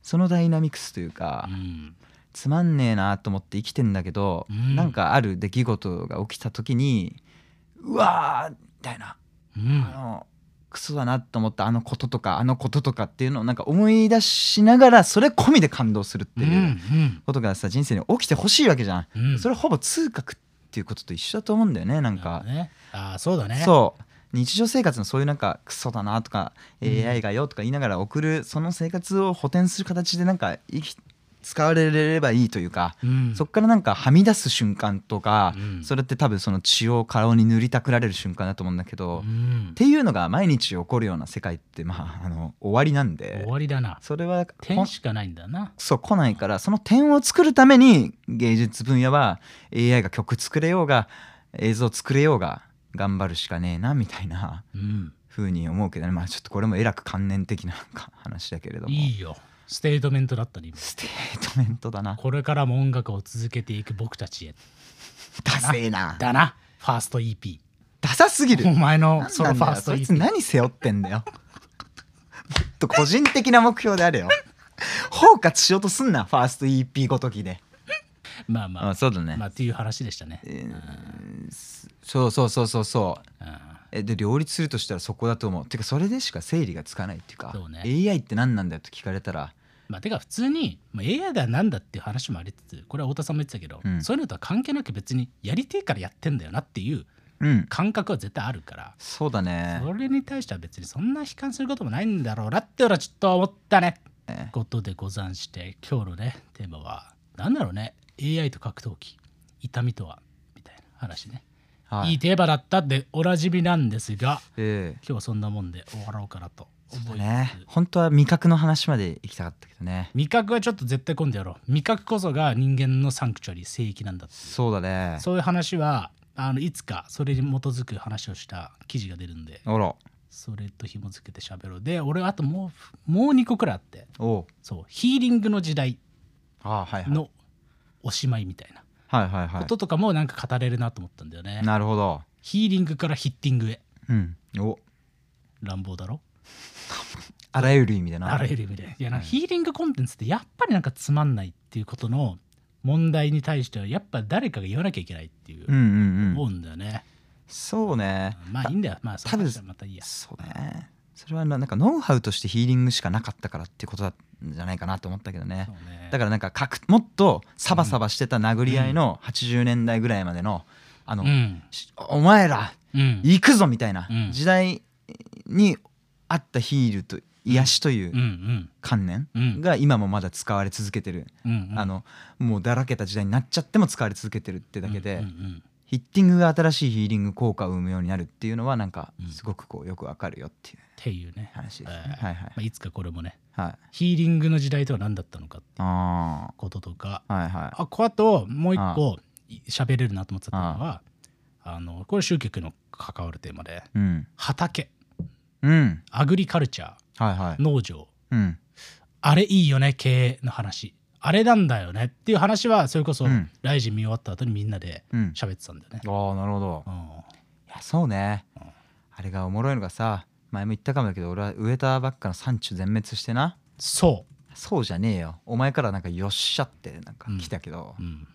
Speaker 2: そのダイナミクスというか、
Speaker 1: うん
Speaker 2: つまんねえなと思って生きてんだけど、
Speaker 1: うん
Speaker 2: なんかある出来事が起きた時にうわーみたいな
Speaker 1: うん
Speaker 2: あのクソだなと思ったあのこととかあのこととかっていうのをなんか思い出しながらそれ込みで感動するって
Speaker 1: う
Speaker 2: いうんことがさ人生に起きてほしいわけじゃん。
Speaker 1: うん
Speaker 2: それほぼ痛覚っていうことと一緒だと思うんだよねなん
Speaker 1: な
Speaker 2: か
Speaker 1: ん、ね、ああそうだね
Speaker 2: そう日常生活のそういうなんかクソだなとか、
Speaker 1: うん
Speaker 2: AI がよとか言いながら送るその生活を補填する形でなんか生き使われればいいというか、
Speaker 1: う、ん、
Speaker 2: そっからなんかはみ出す瞬間とか、
Speaker 1: うん
Speaker 2: それって多分その血を顔に塗りたくられる瞬間だと思うんだけ
Speaker 1: う
Speaker 2: ど、っ
Speaker 1: ん、
Speaker 2: ていうのが毎日起こるような世界ってまああの終わりなんで
Speaker 1: 終わりだな
Speaker 2: それは
Speaker 1: 点しかないんだな
Speaker 2: そう来ないからその点を作るために芸術分野は AI が曲作れようが映像作れようが頑張るしかねえなみたいな
Speaker 1: うん
Speaker 2: 風に思うけどねまあちょっとこれもえらく観念的な <laughs> なんか話だけれども
Speaker 1: いいよステートメントだったり
Speaker 2: ステートメントだな
Speaker 1: これからも音楽を続けていく僕たちへ
Speaker 2: ダセえな
Speaker 1: だなファースト EP
Speaker 2: ダサすぎる
Speaker 1: お前の
Speaker 2: なん
Speaker 1: ソ
Speaker 2: な
Speaker 1: ロ
Speaker 2: ん
Speaker 1: ファ
Speaker 2: だ
Speaker 1: ー
Speaker 2: よ
Speaker 1: スト
Speaker 2: そいつ
Speaker 1: EP
Speaker 2: 何背負ってんだよもっと個人的な目標であれよ包括しようとすんなファースト EP ごときで
Speaker 1: まあまあ
Speaker 2: そうだね
Speaker 1: まあっていう話でしたね、
Speaker 2: そうそうそうそうそう
Speaker 1: うん
Speaker 2: えで両立するとしたらそこだと思うてかそれでしか整理がつかないっていうか
Speaker 1: そうね
Speaker 2: AI って何なんだよって聞かれたら
Speaker 1: まあ、てか普通に、まあ、AI だなんだっていう話もありつつこれは太田さんも言ってたけど、
Speaker 2: うん
Speaker 1: そういうのとは関係なく別にやりてえからやってんだよなっていう
Speaker 2: うん
Speaker 1: 感覚は絶対あるから
Speaker 2: そうだね
Speaker 1: それに対しては別にそんな悲観することもないんだろうなって俺はちょっと思ったね。
Speaker 2: ね
Speaker 1: ことでござんして今日のねテーマは何だろうね AI と格闘技痛みとはみたいな話ね。
Speaker 2: はい
Speaker 1: いいテーマだったっておなじみなんですが
Speaker 2: え
Speaker 1: 今日はそんなもんで終わろうかなと
Speaker 2: え
Speaker 1: 思います、
Speaker 2: ね本当は味覚の話まで行きたかったけどね
Speaker 1: 味覚はちょっと絶対今度やろう味覚こそが人間のサンクチュアリ聖域なんだって
Speaker 2: そうだね
Speaker 1: そういう話はあのいつかそれに基づく話をした記事が出るんで
Speaker 2: あら
Speaker 1: それと紐付けて喋ろうで俺はあともうもう2個くらいあって
Speaker 2: おう
Speaker 1: そうヒーリングの時代
Speaker 2: あはいはい
Speaker 1: のおしまいみたいな
Speaker 2: はいはいは
Speaker 1: こととかもなんか語れるなと思ったんだよね
Speaker 2: いなるほど
Speaker 1: ヒーリングからヒッティングへ
Speaker 2: うんお
Speaker 1: 乱暴だろ
Speaker 2: あらゆる意味でな
Speaker 1: あらゆる意味でいやな、ヒーリングコンテンツってやっぱりなんかつまんないっていうことの問題に対してはやっぱ誰かが言わなきゃいけないっていう、
Speaker 2: うんうんう
Speaker 1: 思
Speaker 2: ん
Speaker 1: うんだよね
Speaker 2: そうね
Speaker 1: まあいいんだよまあそ
Speaker 2: 多
Speaker 1: う
Speaker 2: 分
Speaker 1: またいいや
Speaker 2: そうねそれはななんかノウハウとしてヒーリングしかなかったからってことだじゃないかなと思ったけどね
Speaker 1: そうね
Speaker 2: だからなんかかくもっとサバサバしてた殴り合いの80年代ぐらいまでのあの、
Speaker 1: うん
Speaker 2: しお前ら
Speaker 1: うん
Speaker 2: 行くぞみたいな
Speaker 1: うん
Speaker 2: 時代にあったヒールと癒しとい
Speaker 1: うんう
Speaker 2: うん観念
Speaker 1: うん
Speaker 2: が今もまだ使われ続けてる、
Speaker 1: うん
Speaker 2: あのもうだらけた時代になっちゃっても使われ続けてるってだけで、
Speaker 1: うんうん
Speaker 2: ヒッティングが新しいヒーリング効果を生むようになるっていうのはなんか
Speaker 1: うん
Speaker 2: すごくこうよくわかるよっていう
Speaker 1: っていうね、
Speaker 2: 話ですね、
Speaker 1: えー
Speaker 2: はい
Speaker 1: まあ、いつかこれもね
Speaker 2: はいはい
Speaker 1: ヒーリングの時代とは何だったのかって
Speaker 2: あ
Speaker 1: こととか
Speaker 2: あはいはい
Speaker 1: あこうあともう一個い喋れるなと思ってたのはあのこれ集客の関わるテーマで
Speaker 2: うん
Speaker 1: 畑
Speaker 2: うん
Speaker 1: アグリカルチャ
Speaker 2: はいは
Speaker 1: ー
Speaker 2: い
Speaker 1: 農場
Speaker 2: うん
Speaker 1: あれいいよね経営の話あれなんだよねっていう話はそれこそ
Speaker 2: うん
Speaker 1: ライジン見終わった後にみんなで
Speaker 2: うん
Speaker 1: 喋ってたんだよね、
Speaker 2: ああなるほど
Speaker 1: うん
Speaker 2: いやそうね
Speaker 1: うん
Speaker 2: あれがおもろいのがさ前も言ったかもだけど俺は植えたばっかの産地全滅してな
Speaker 1: そ
Speaker 2: そうじゃねえよお前からなんかよっしゃってなんか
Speaker 1: うん
Speaker 2: 来たけど、
Speaker 1: う、うん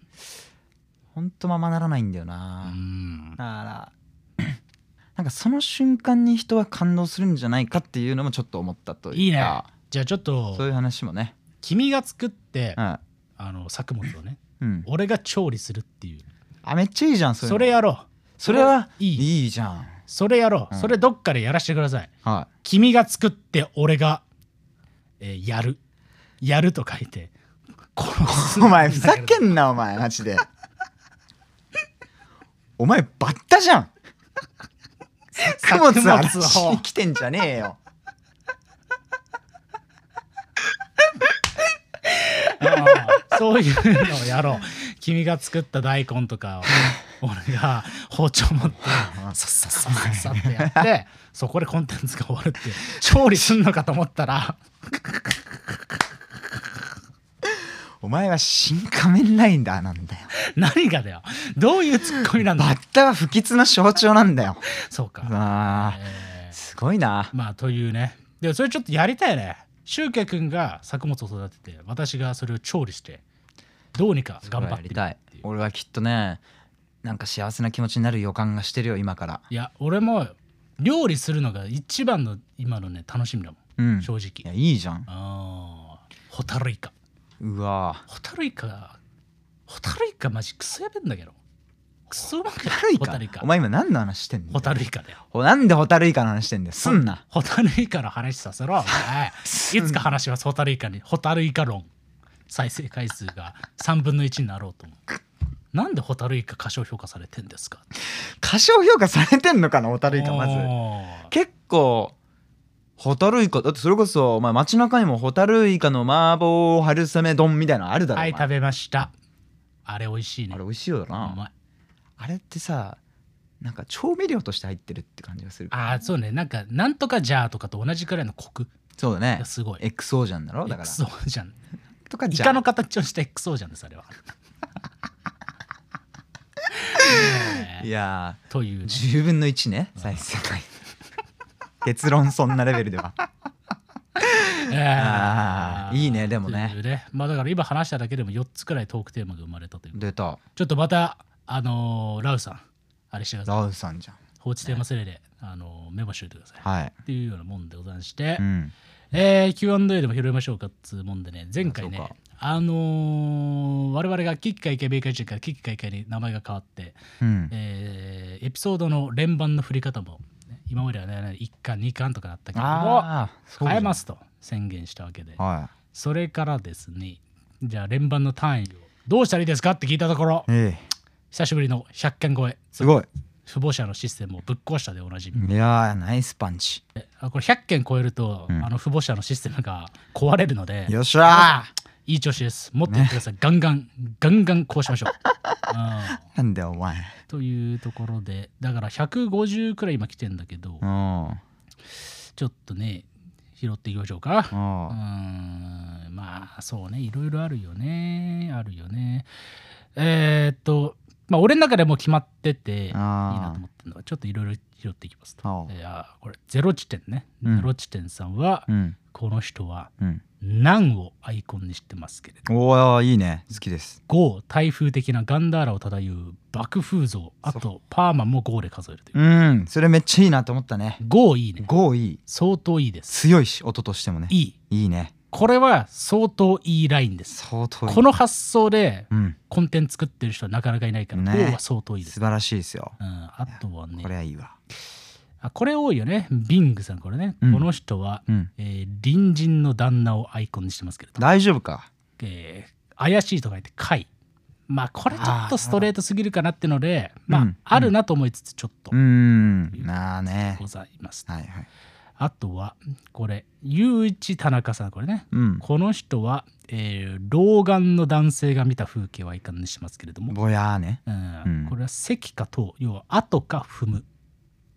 Speaker 2: ほんとままならないんだよ
Speaker 1: う
Speaker 2: な、
Speaker 1: ん
Speaker 2: だから <clears throat> なんかその瞬間に人は感動するんじゃないかっていうのもちょっと思ったというか
Speaker 1: いいねじゃあちょっと
Speaker 2: そういう話もね
Speaker 1: 君が作って
Speaker 2: うん、
Speaker 1: あの作物をね
Speaker 2: うん、
Speaker 1: 俺が調理するっていう
Speaker 2: あめっちゃいいじゃんそ
Speaker 1: そ
Speaker 2: れ
Speaker 1: れやろう
Speaker 2: それはい
Speaker 1: い
Speaker 2: いいじゃん
Speaker 1: それやろう、
Speaker 2: うん
Speaker 1: それどっかでやらせてください
Speaker 2: は
Speaker 1: 君が作って俺が、えーやるやると書いて殺す
Speaker 2: <laughs> いお前ふざけんなお前マジで <laughs> お前バッタじ <laughs> ゃん貨物荒らしに来てんじゃねえよ <laughs>
Speaker 1: うんそういうのをやろう君が作った大根とかを俺が包丁持ってさっさっさっさっさってやってそこでコンテンツが終わるっていう調理すんのかと思ったら
Speaker 2: お前は新仮面ライダーなんだよ
Speaker 1: <laughs> 何がだよどういうツッコミなん
Speaker 2: バ
Speaker 1: だ
Speaker 2: ッタは不吉の象徴なんだよ
Speaker 1: そうか、
Speaker 2: あ
Speaker 1: えー
Speaker 2: すごいな
Speaker 1: まあというねでもそれちょっとやりたいねシュウケ君が作物を育てて私がそれを調理してどうにか頑張っ
Speaker 2: や
Speaker 1: てみ
Speaker 2: り
Speaker 1: る
Speaker 2: たい
Speaker 1: っていう
Speaker 2: 俺はきっとねなんか幸せな気持ちになる予感がしてるよ今から
Speaker 1: いや俺も料理するのが一番の今のね楽しみだもん、
Speaker 2: うん
Speaker 1: 正
Speaker 2: いや
Speaker 1: 直
Speaker 2: いいじゃん
Speaker 1: ああホタルイカ
Speaker 2: うわ
Speaker 1: ホタルイカホタルイカマジクソやべんだけどクソうまくない <laughs>
Speaker 2: ホ
Speaker 1: ホタ
Speaker 2: タル
Speaker 1: ル
Speaker 2: イ
Speaker 1: イ
Speaker 2: カ
Speaker 1: カ
Speaker 2: お前今何の話してんの
Speaker 1: ホタルイカだよ
Speaker 2: ほなんでホタルイカの話してんだよすんな
Speaker 1: ホタルイカの話させろお前いつか話しますホタルイカにホタルイカ論再生回数が3分の1になろうと思うなんでホタルイカ過小評価されてんですか
Speaker 2: 過小評価されてんのかなホタルイカまず
Speaker 1: ず
Speaker 2: 結構ホタルイカだってそれこそお前街中にもホタルイカの麻婆春雨丼みたいなのあるだろ、
Speaker 1: はい
Speaker 2: お前
Speaker 1: 食べましたあれ美味しいね
Speaker 2: あれ美味しいよ
Speaker 1: う
Speaker 2: な、
Speaker 1: まい
Speaker 2: あれってさなんか調味料として入ってるって感じがする
Speaker 1: あーそうねなんかなんとかジャーとかと同じくらいのコク
Speaker 2: そうだね
Speaker 1: がすごい
Speaker 2: XO じゃんだろだから
Speaker 1: XO じゃん
Speaker 2: とか
Speaker 1: イ
Speaker 2: じゃ
Speaker 1: カ
Speaker 2: ん
Speaker 1: の形をした XO じゃんです
Speaker 2: <laughs>
Speaker 1: あれはねえ
Speaker 2: いや
Speaker 1: というね
Speaker 2: ー10分の1ね再生回 <laughs> 結論そんなレベルではあーいいねでもね
Speaker 1: というまあだから今話しただけでも4つくらいトークテーマが生まれたという
Speaker 2: 出た
Speaker 1: ちょっとまたあのーラウさんあれしてください
Speaker 2: ラウさんじゃん
Speaker 1: 放置テーマセレで、あのーメモしといてください
Speaker 2: はい
Speaker 1: っていうようなもんでございまして、
Speaker 2: うん
Speaker 1: えー Q&A でも拾いましょうかっつうもんでね前回ね
Speaker 2: あそうか
Speaker 1: あのー我々がキッカイケ米会中からキッカイケに名前が変わって
Speaker 2: うん
Speaker 1: えーエピソードの連番の振り方もね今まではね1巻2巻とかだったけども
Speaker 2: ああそうじゃん
Speaker 1: 変えますと宣言したわけで
Speaker 2: は
Speaker 1: それからですねじゃあ連番の単位をどうしたらいいですかって聞いたところ
Speaker 2: いええ
Speaker 1: 久しぶりの100巻超え
Speaker 2: すごい
Speaker 1: 不母者のシステムをぶっ壊したでおなじみ、
Speaker 2: いやーナイスパンチ
Speaker 1: あこれ100件超えると、あの不母者のシステムが壊れるので
Speaker 2: よっしゃ
Speaker 1: いい調子ですもっとやってください、ガンガンガンガンこうしましょう、 <laughs> うん
Speaker 2: ーなんだよお前
Speaker 1: というところでだから150くらい今来てんだけど、
Speaker 2: おう
Speaker 1: ちょっとね拾っていきましょうかう
Speaker 2: お
Speaker 1: ー
Speaker 2: うん
Speaker 1: まあそうねいろいろあるよねあるよねえーっとまあ俺の中でもう決まってていい
Speaker 2: あー
Speaker 1: なと思ってるのはちょっといろいろ拾っていきますと
Speaker 2: おう
Speaker 1: いやこれゼロ地点ね、
Speaker 2: うん
Speaker 1: ゼロ地点さんは、
Speaker 2: うん
Speaker 1: この人は
Speaker 2: うん
Speaker 1: 難をアイコンにしてますけれど
Speaker 2: おおいいね好きです
Speaker 1: 豪台風的なガンダーラを漂う爆風像あとパーマも豪で数えるという
Speaker 2: うんそれめっちゃいいなと思ったね
Speaker 1: 豪いいね
Speaker 2: 5いい
Speaker 1: 相当いいです
Speaker 2: 強いし音としてもね
Speaker 1: いい
Speaker 2: いいね
Speaker 1: これは相当いいラインです
Speaker 2: 相当いい
Speaker 1: この発想で
Speaker 2: うん
Speaker 1: コンテンツ作ってる人はなかなかいないから、
Speaker 2: ね
Speaker 1: ね、豪は相当いいで
Speaker 2: 素
Speaker 1: す、
Speaker 2: 晴らしいですよ
Speaker 1: うん、あとはね
Speaker 2: これはいいわ
Speaker 1: あこれ多いよねビングさんこれね、
Speaker 2: うん
Speaker 1: この人は、
Speaker 2: うん
Speaker 1: えー隣人の旦那をアイコンにしてますけれど、
Speaker 2: 大丈夫か
Speaker 1: えー怪しいと書いて怪まあこれちょっとストレートすぎるかなってのでまあ、
Speaker 2: うん
Speaker 1: あるなと思いつつちょっと
Speaker 2: うんなあね
Speaker 1: ございます、
Speaker 2: はいはい
Speaker 1: あとはこれ雄一田中さんこれね
Speaker 2: うん
Speaker 1: この人は、えー老眼の男性が見た風景はアイコンにしてますけれども、
Speaker 2: ぼやーね
Speaker 1: うん
Speaker 2: うん
Speaker 1: これは「席か「と」要は「後か「踏む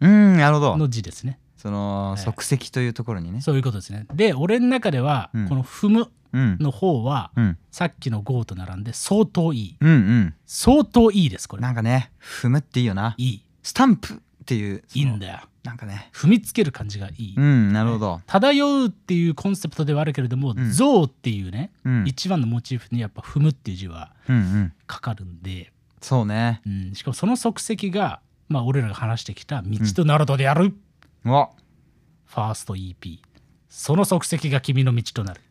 Speaker 2: うんなるほ」ど
Speaker 1: の字ですね
Speaker 2: その
Speaker 1: ええ
Speaker 2: 即席というところにね
Speaker 1: そういうことですねで俺の中では、
Speaker 2: うん
Speaker 1: この「踏む
Speaker 2: うん」
Speaker 1: の方は、
Speaker 2: うん
Speaker 1: さっきの「ゴー」と並んで相当いい
Speaker 2: うんうん
Speaker 1: 相当いいですこれ
Speaker 2: なんかね踏むっていいよない
Speaker 1: い
Speaker 2: スタンプっていうそ
Speaker 1: い
Speaker 2: の
Speaker 1: いんだよ
Speaker 2: なんかね
Speaker 1: 踏みつける感じがいい、
Speaker 2: うんなるほど
Speaker 1: 漂うっていうコンセプトではあるけれども「
Speaker 2: ん
Speaker 1: 象」っていうね、
Speaker 2: うん
Speaker 1: 一番のモチーフにやっぱ「踏む」っていう字は
Speaker 2: うんうん
Speaker 1: かかるんで、
Speaker 2: そうね
Speaker 1: うん、しかもその足跡が、まあ、俺らが話してきた「道とナルドでやる」
Speaker 2: お
Speaker 1: ファースト EP その足跡が君の道となる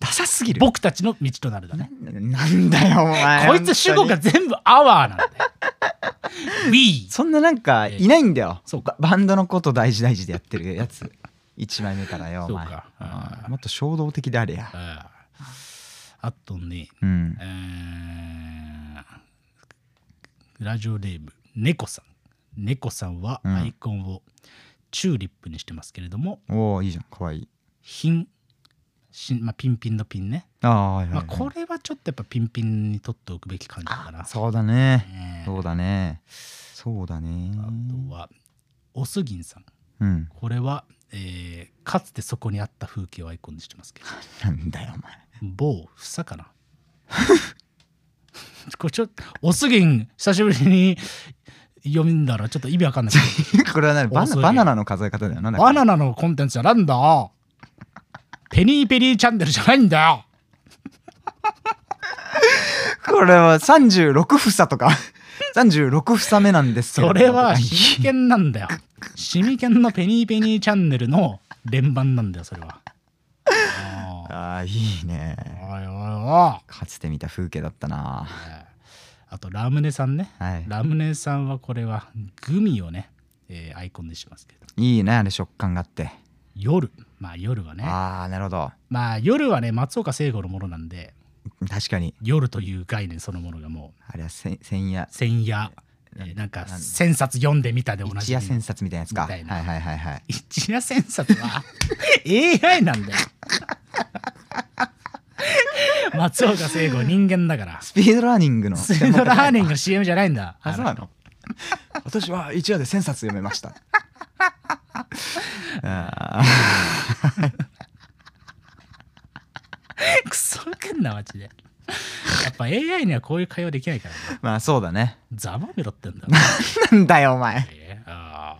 Speaker 2: ダサすぎる
Speaker 1: 僕たちの道となるだね
Speaker 2: なんだよお <laughs> 前
Speaker 1: こいつ主語が
Speaker 2: 本当に
Speaker 1: 全部アワーなんだよ
Speaker 2: <laughs>
Speaker 1: We
Speaker 2: そんななんかいないんだよ
Speaker 1: そう
Speaker 2: ババンドのこと大事大事でやってるやつ1枚目からよお前
Speaker 1: そうか
Speaker 2: あーもっと衝動的であれや
Speaker 1: あーあとね、
Speaker 2: うん
Speaker 1: えーラジオネーム猫さん猫さんは
Speaker 2: うん
Speaker 1: アイコンをチューリップにしてますけれども、
Speaker 2: おおいいじゃんかわいい
Speaker 1: 品しまあ、ピンピンのピンね、
Speaker 2: ああはいはい
Speaker 1: まあ、
Speaker 2: はい
Speaker 1: これはちょっとやっぱピンピンに取っておくべき感じかな
Speaker 2: そうだね
Speaker 1: ね
Speaker 2: そうだねそうだね
Speaker 1: あとはおすぎんさん
Speaker 2: うん
Speaker 1: これは、えーかつてそこにあった風景をアイコンにしてます
Speaker 2: <laughs>
Speaker 1: けど
Speaker 2: なんだよお前 <laughs>
Speaker 1: 某房かな <laughs> これちょっとおすぎん久しぶりに読んだらちょっと意味わかんない
Speaker 2: これは何バ
Speaker 1: 遅
Speaker 2: ナ
Speaker 1: いね
Speaker 2: バナナの数え方だよなんだ
Speaker 1: バナナのコンテンツはなんだペニーペリーチャンネルじゃないんだよ
Speaker 2: これは36房とか36房目なんですけど
Speaker 1: それはシミ
Speaker 2: い
Speaker 1: ケンなんだよシミケンのペニーペニーチャンネルの連番なんだよそれはあ
Speaker 2: あーいいね
Speaker 1: ーおいおいおい
Speaker 2: かつて見た風景だったな
Speaker 1: えーあとラムネさんね、
Speaker 2: はい
Speaker 1: ラムネさんはこれはグミをね、えーアイコンにしますけど
Speaker 2: いいねあれ食感があって
Speaker 1: 夜まあ夜はね
Speaker 2: ああなるほど
Speaker 1: まあ夜はね松岡聖子のものなんで
Speaker 2: 確かに
Speaker 1: 夜という概念そのものがも
Speaker 2: あれはせん千夜
Speaker 1: う千夜、えーなんか千冊読んでみたで同じ
Speaker 2: 一夜千冊みたいなやつか
Speaker 1: み
Speaker 2: は
Speaker 1: た
Speaker 2: い
Speaker 1: いな
Speaker 2: はいはいはい
Speaker 1: 一夜千冊は AI なんだよ松岡聖子人間だから
Speaker 2: スピードラーニングの
Speaker 1: スードラーニングの CM じゃないんだ
Speaker 2: あそうなの <laughs> 私は一夜で千冊読めましたあ
Speaker 1: クソくんなマジでやっぱ AI にはこういう会話できないから
Speaker 2: ー <laughs> まあそうだね
Speaker 1: ざまみろってん
Speaker 2: <laughs>
Speaker 1: だ
Speaker 2: なんだよお前
Speaker 1: あ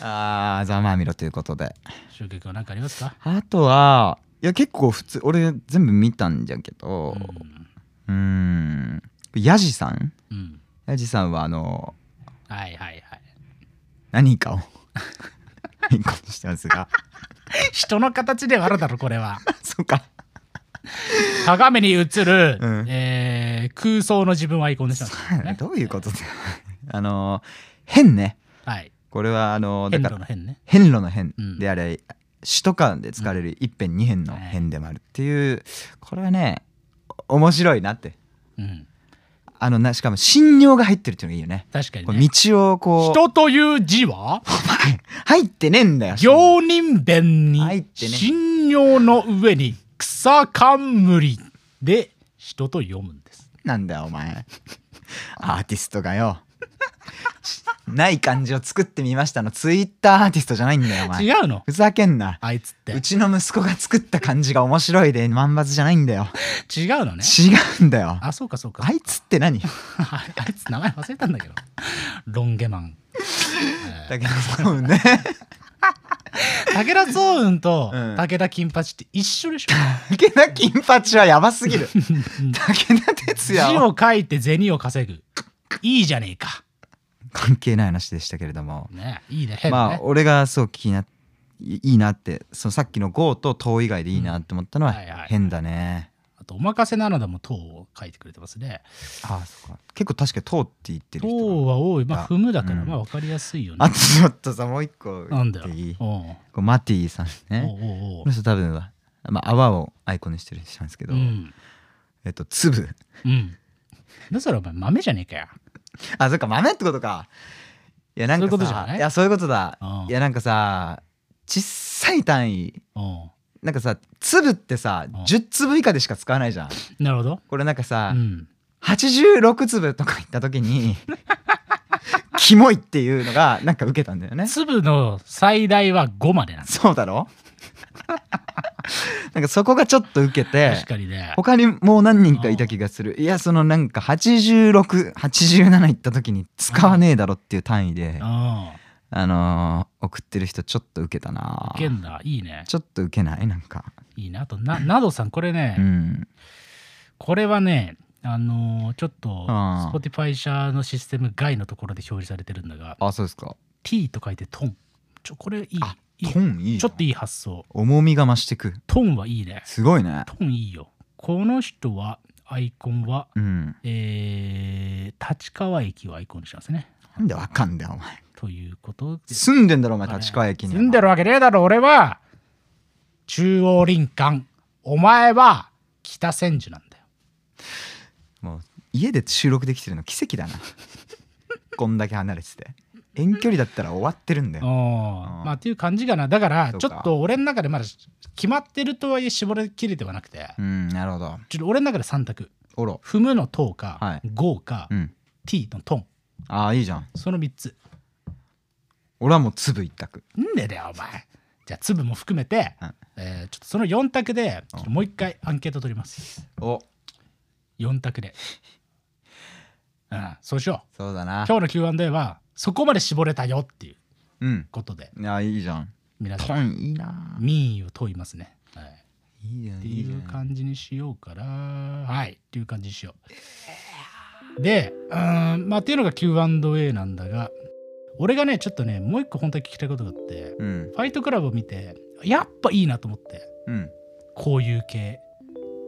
Speaker 2: あーざまあみろということで
Speaker 1: あシュウケイ君は何かありますか
Speaker 2: あとはいや結構普通俺全部見たんじゃけ
Speaker 1: う
Speaker 2: ど
Speaker 1: ん、
Speaker 2: うーんヤジさん
Speaker 1: うん、
Speaker 2: ヤジさんはあの
Speaker 1: はいはいはい
Speaker 2: 何かを <laughs> アイコンにしてますが
Speaker 1: 人の形ではあるだろこれは
Speaker 2: <laughs> そうか
Speaker 1: 鏡に映る、
Speaker 2: うん
Speaker 1: えー空想の自分をアイコンにしたんですね
Speaker 2: <laughs> どういうことだあの変ね
Speaker 1: はい
Speaker 2: これはあのだ
Speaker 1: 変
Speaker 2: か
Speaker 1: 路の
Speaker 2: ら
Speaker 1: 変ね
Speaker 2: 変路の変
Speaker 1: うん
Speaker 2: であれ詩とかで使われる一辺二辺の変でもあるっていうこれはね面白いなって
Speaker 1: うん
Speaker 2: あのなしかも信尿が入ってるっていうのがいいよね
Speaker 1: 確かに
Speaker 2: こ
Speaker 1: ね
Speaker 2: う道をこう
Speaker 1: 人という字は
Speaker 2: <laughs> 入ってねえんだよ
Speaker 1: 行人弁に
Speaker 2: 入ってね
Speaker 1: 信用の上に草冠で人と読むんです
Speaker 2: なんだよお前アーティストがよない漢字を作ってみましたのツイッターアーティストじゃないんだよお前
Speaker 1: 違うの
Speaker 2: ふざけんな
Speaker 1: あいつって
Speaker 2: うちの息子が作った漢字が面白いで万抜じゃないんだよ
Speaker 1: 違うのね
Speaker 2: 違うんだよ
Speaker 1: あそうかそうか
Speaker 2: あいつって何
Speaker 1: あ <laughs> あいつ名前忘れたんだけどロンゲマン
Speaker 2: だけどそうね
Speaker 1: 武田壮雲と
Speaker 2: うん
Speaker 1: 武田金八って一緒でしょ
Speaker 2: <laughs> 武田金八はやばすぎる武田鉄
Speaker 1: 字
Speaker 2: 矢は
Speaker 1: を書いて銭を稼ぐいいじゃねえか
Speaker 2: 関係ない話でしたけれども
Speaker 1: ねいいね変
Speaker 2: ま
Speaker 1: な
Speaker 2: あ
Speaker 1: ね
Speaker 2: 俺がそう気にないいいなってそのさっきの「GO」と「TO」以外でいいなって思ったのは
Speaker 1: うんはいはい
Speaker 2: 変だね、
Speaker 1: あとお任せなのだも「とう」を書いてくれてますね
Speaker 2: ああそうか結構確かに「TO」って言っ
Speaker 1: 「
Speaker 2: てる
Speaker 1: と
Speaker 2: 人
Speaker 1: う」
Speaker 2: が
Speaker 1: は多いま
Speaker 2: あ
Speaker 1: あ踏むだから
Speaker 2: うん
Speaker 1: まあ分かりやすいよ
Speaker 2: あ
Speaker 1: ね
Speaker 2: とちょっとさもう一個
Speaker 1: なんだよ
Speaker 2: 言っていいこ
Speaker 1: おう
Speaker 2: うマティさん
Speaker 1: おう
Speaker 2: ね
Speaker 1: おうお
Speaker 2: こ
Speaker 1: う
Speaker 2: の人多分は、まあ、泡をアイコンにしてる人なんですけど、
Speaker 1: うん
Speaker 2: えっと粒
Speaker 1: うんだからお前豆じゃねえかよ
Speaker 2: あそっか豆ってことかいやなんかさ
Speaker 1: そういうことじゃない
Speaker 2: やそういうことだ
Speaker 1: うん
Speaker 2: いやなんかさ小さい単位
Speaker 1: おう
Speaker 2: なんかさ粒ってさ
Speaker 1: ん
Speaker 2: 10粒以下でしか使わないじゃん
Speaker 1: なるほど
Speaker 2: これなんか
Speaker 1: う
Speaker 2: さ、
Speaker 1: ん
Speaker 2: 86粒とか言った時に <laughs> キモいっていうのがなんか受けたんだよね
Speaker 1: 粒の最大は5までなんです
Speaker 2: そう
Speaker 1: <laughs>
Speaker 2: だろなんかそこがちょっと受けて
Speaker 1: 確かにね
Speaker 2: 他にもう何人かいた気がするいやそのなんか8687いった時に使わねえだろっていう単位で
Speaker 1: うん
Speaker 2: あのー送ってる人ちょっと受けたな
Speaker 1: ゲンダいいね
Speaker 2: ちょっと受けないなんか
Speaker 1: いいねあとななどさんこれね、
Speaker 2: うん
Speaker 1: これはねあのーちょっと
Speaker 2: あー
Speaker 1: Spotify 社のシステム外のところで表示されてるんだが
Speaker 2: あそうですか
Speaker 1: T と書いてトンちょこれいい
Speaker 2: あ
Speaker 1: いい
Speaker 2: トンいいな
Speaker 1: ちょっといい発想
Speaker 2: 重みが増してく
Speaker 1: トンはいいね
Speaker 2: すごいね
Speaker 1: トンいいよこの人はアイコンは
Speaker 2: うん
Speaker 1: えー、立川駅をアイコンにしますね
Speaker 2: なんでわかんだよお前
Speaker 1: ということで
Speaker 2: 住んでんだろお前立川駅に
Speaker 1: 住んでるわけねえだろ俺は中央林間お前は北千住なんだよ
Speaker 2: もう家で収録できてるの奇跡
Speaker 1: <laughs>
Speaker 2: だなこんだけ離れてて遠距離だったら終わってるんだよ
Speaker 1: あ
Speaker 2: う
Speaker 1: ま
Speaker 2: ん
Speaker 1: あっていう感じかなだから
Speaker 2: そう
Speaker 1: ちょ
Speaker 2: か
Speaker 1: っと俺の中でまだ決まってるとはいえ絞りきれてはなくて、
Speaker 2: うんなるほど
Speaker 1: ちょっと俺の中で3択
Speaker 2: おろ
Speaker 1: 踏むの「と」か「
Speaker 2: はい
Speaker 1: ゴー」か「
Speaker 2: うん
Speaker 1: T」の「トン
Speaker 2: ああいいじゃん」
Speaker 1: その3つ
Speaker 2: 俺はもう粒一択
Speaker 1: んでだよお前じゃあ粒も含めて、
Speaker 2: うん
Speaker 1: えーちょっとその4択でちょっともう一回アンケート取ります
Speaker 2: お
Speaker 1: 4択で、うん、そうしよう
Speaker 2: そうだな
Speaker 1: 今日の Q&A はそこまで絞れたよっていう
Speaker 2: うん
Speaker 1: ことで
Speaker 2: いやいいじゃん
Speaker 1: 皆さ
Speaker 2: ト
Speaker 1: ん
Speaker 2: ンいいな
Speaker 1: 民意を問いますね、はい
Speaker 2: いいじゃん
Speaker 1: って
Speaker 2: いい
Speaker 1: い
Speaker 2: じゃ
Speaker 1: うん感じにしようからはいっていう感じにしようでうーんまあっていうのが Q&A なんだが俺がねちょっとねもう一個本当に聞きたいことがあって
Speaker 2: う
Speaker 1: フ
Speaker 2: ん
Speaker 1: ァイトクラブを見てやっぱいいなと思って
Speaker 2: うん
Speaker 1: こういう系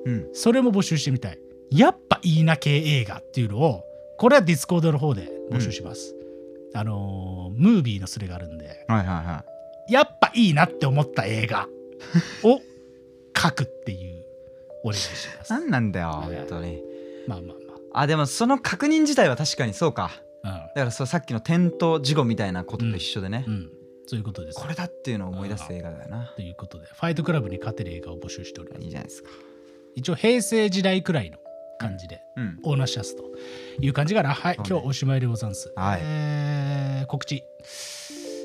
Speaker 2: うん
Speaker 1: それも募集してみたいやっぱいいな系映画っていうのをこれはディスコードの方で募集します、あのームービーのスレがあるんで
Speaker 2: はいはいは
Speaker 1: やっぱいいなって思った映画を書くっていうお願いしま
Speaker 2: い
Speaker 1: す
Speaker 2: 何なんだよ本当に
Speaker 1: まあまあ
Speaker 2: あでもその確認自体は確かにそうか
Speaker 1: まあ、
Speaker 2: だからそうさっきの転倒事故みたいなことと一緒でね、
Speaker 1: うん、うん、そういうことです。
Speaker 2: これだっていうのを思い出す映画だよな
Speaker 1: ということで、ファイトクラブに勝てる映画を募集しております。
Speaker 2: いいじゃないですか
Speaker 1: 一応、平成時代くらいの感じで、
Speaker 2: うん
Speaker 1: オーナーシャスという感じかな。はい、
Speaker 2: そうね
Speaker 1: 今日おしまいでござんす。
Speaker 2: はい
Speaker 1: えー告知。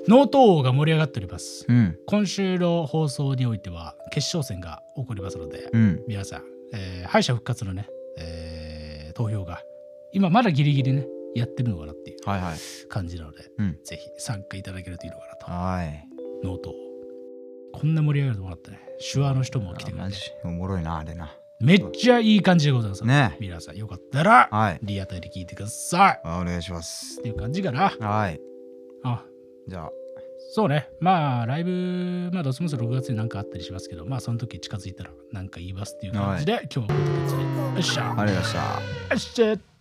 Speaker 1: ノート王が盛り上がっております。
Speaker 2: うん
Speaker 1: 今週の放送においては、決勝戦が起こりますので、
Speaker 2: うん
Speaker 1: 皆さん、えー敗者復活のね、えー投票が、今まだギリギリね、やってるのかなってい
Speaker 2: はいはい。
Speaker 1: う感じなので、
Speaker 2: うん
Speaker 1: ぜひ参加いただけるといいのかなと
Speaker 2: はい。
Speaker 1: ノートをこんな盛り上がると思ったね手話の人も来てくれ
Speaker 2: あマ
Speaker 1: て
Speaker 2: ジおもろいな、あれな。
Speaker 1: めっちゃいい感じでございます
Speaker 2: ね
Speaker 1: 皆さんよかったら
Speaker 2: はい。
Speaker 1: リアタイで聞いてください
Speaker 2: あお願いします
Speaker 1: っ。ていう感じかな
Speaker 2: はい。
Speaker 1: あ
Speaker 2: じゃあ、
Speaker 1: そうねまあライブまあどうせもそ6月になんかあったりしますけどまあその時近づいたらなんか言いますっていう感じで、今日はこういうとこですねよっしゃ
Speaker 2: ありがとうございました。
Speaker 1: よっしゃ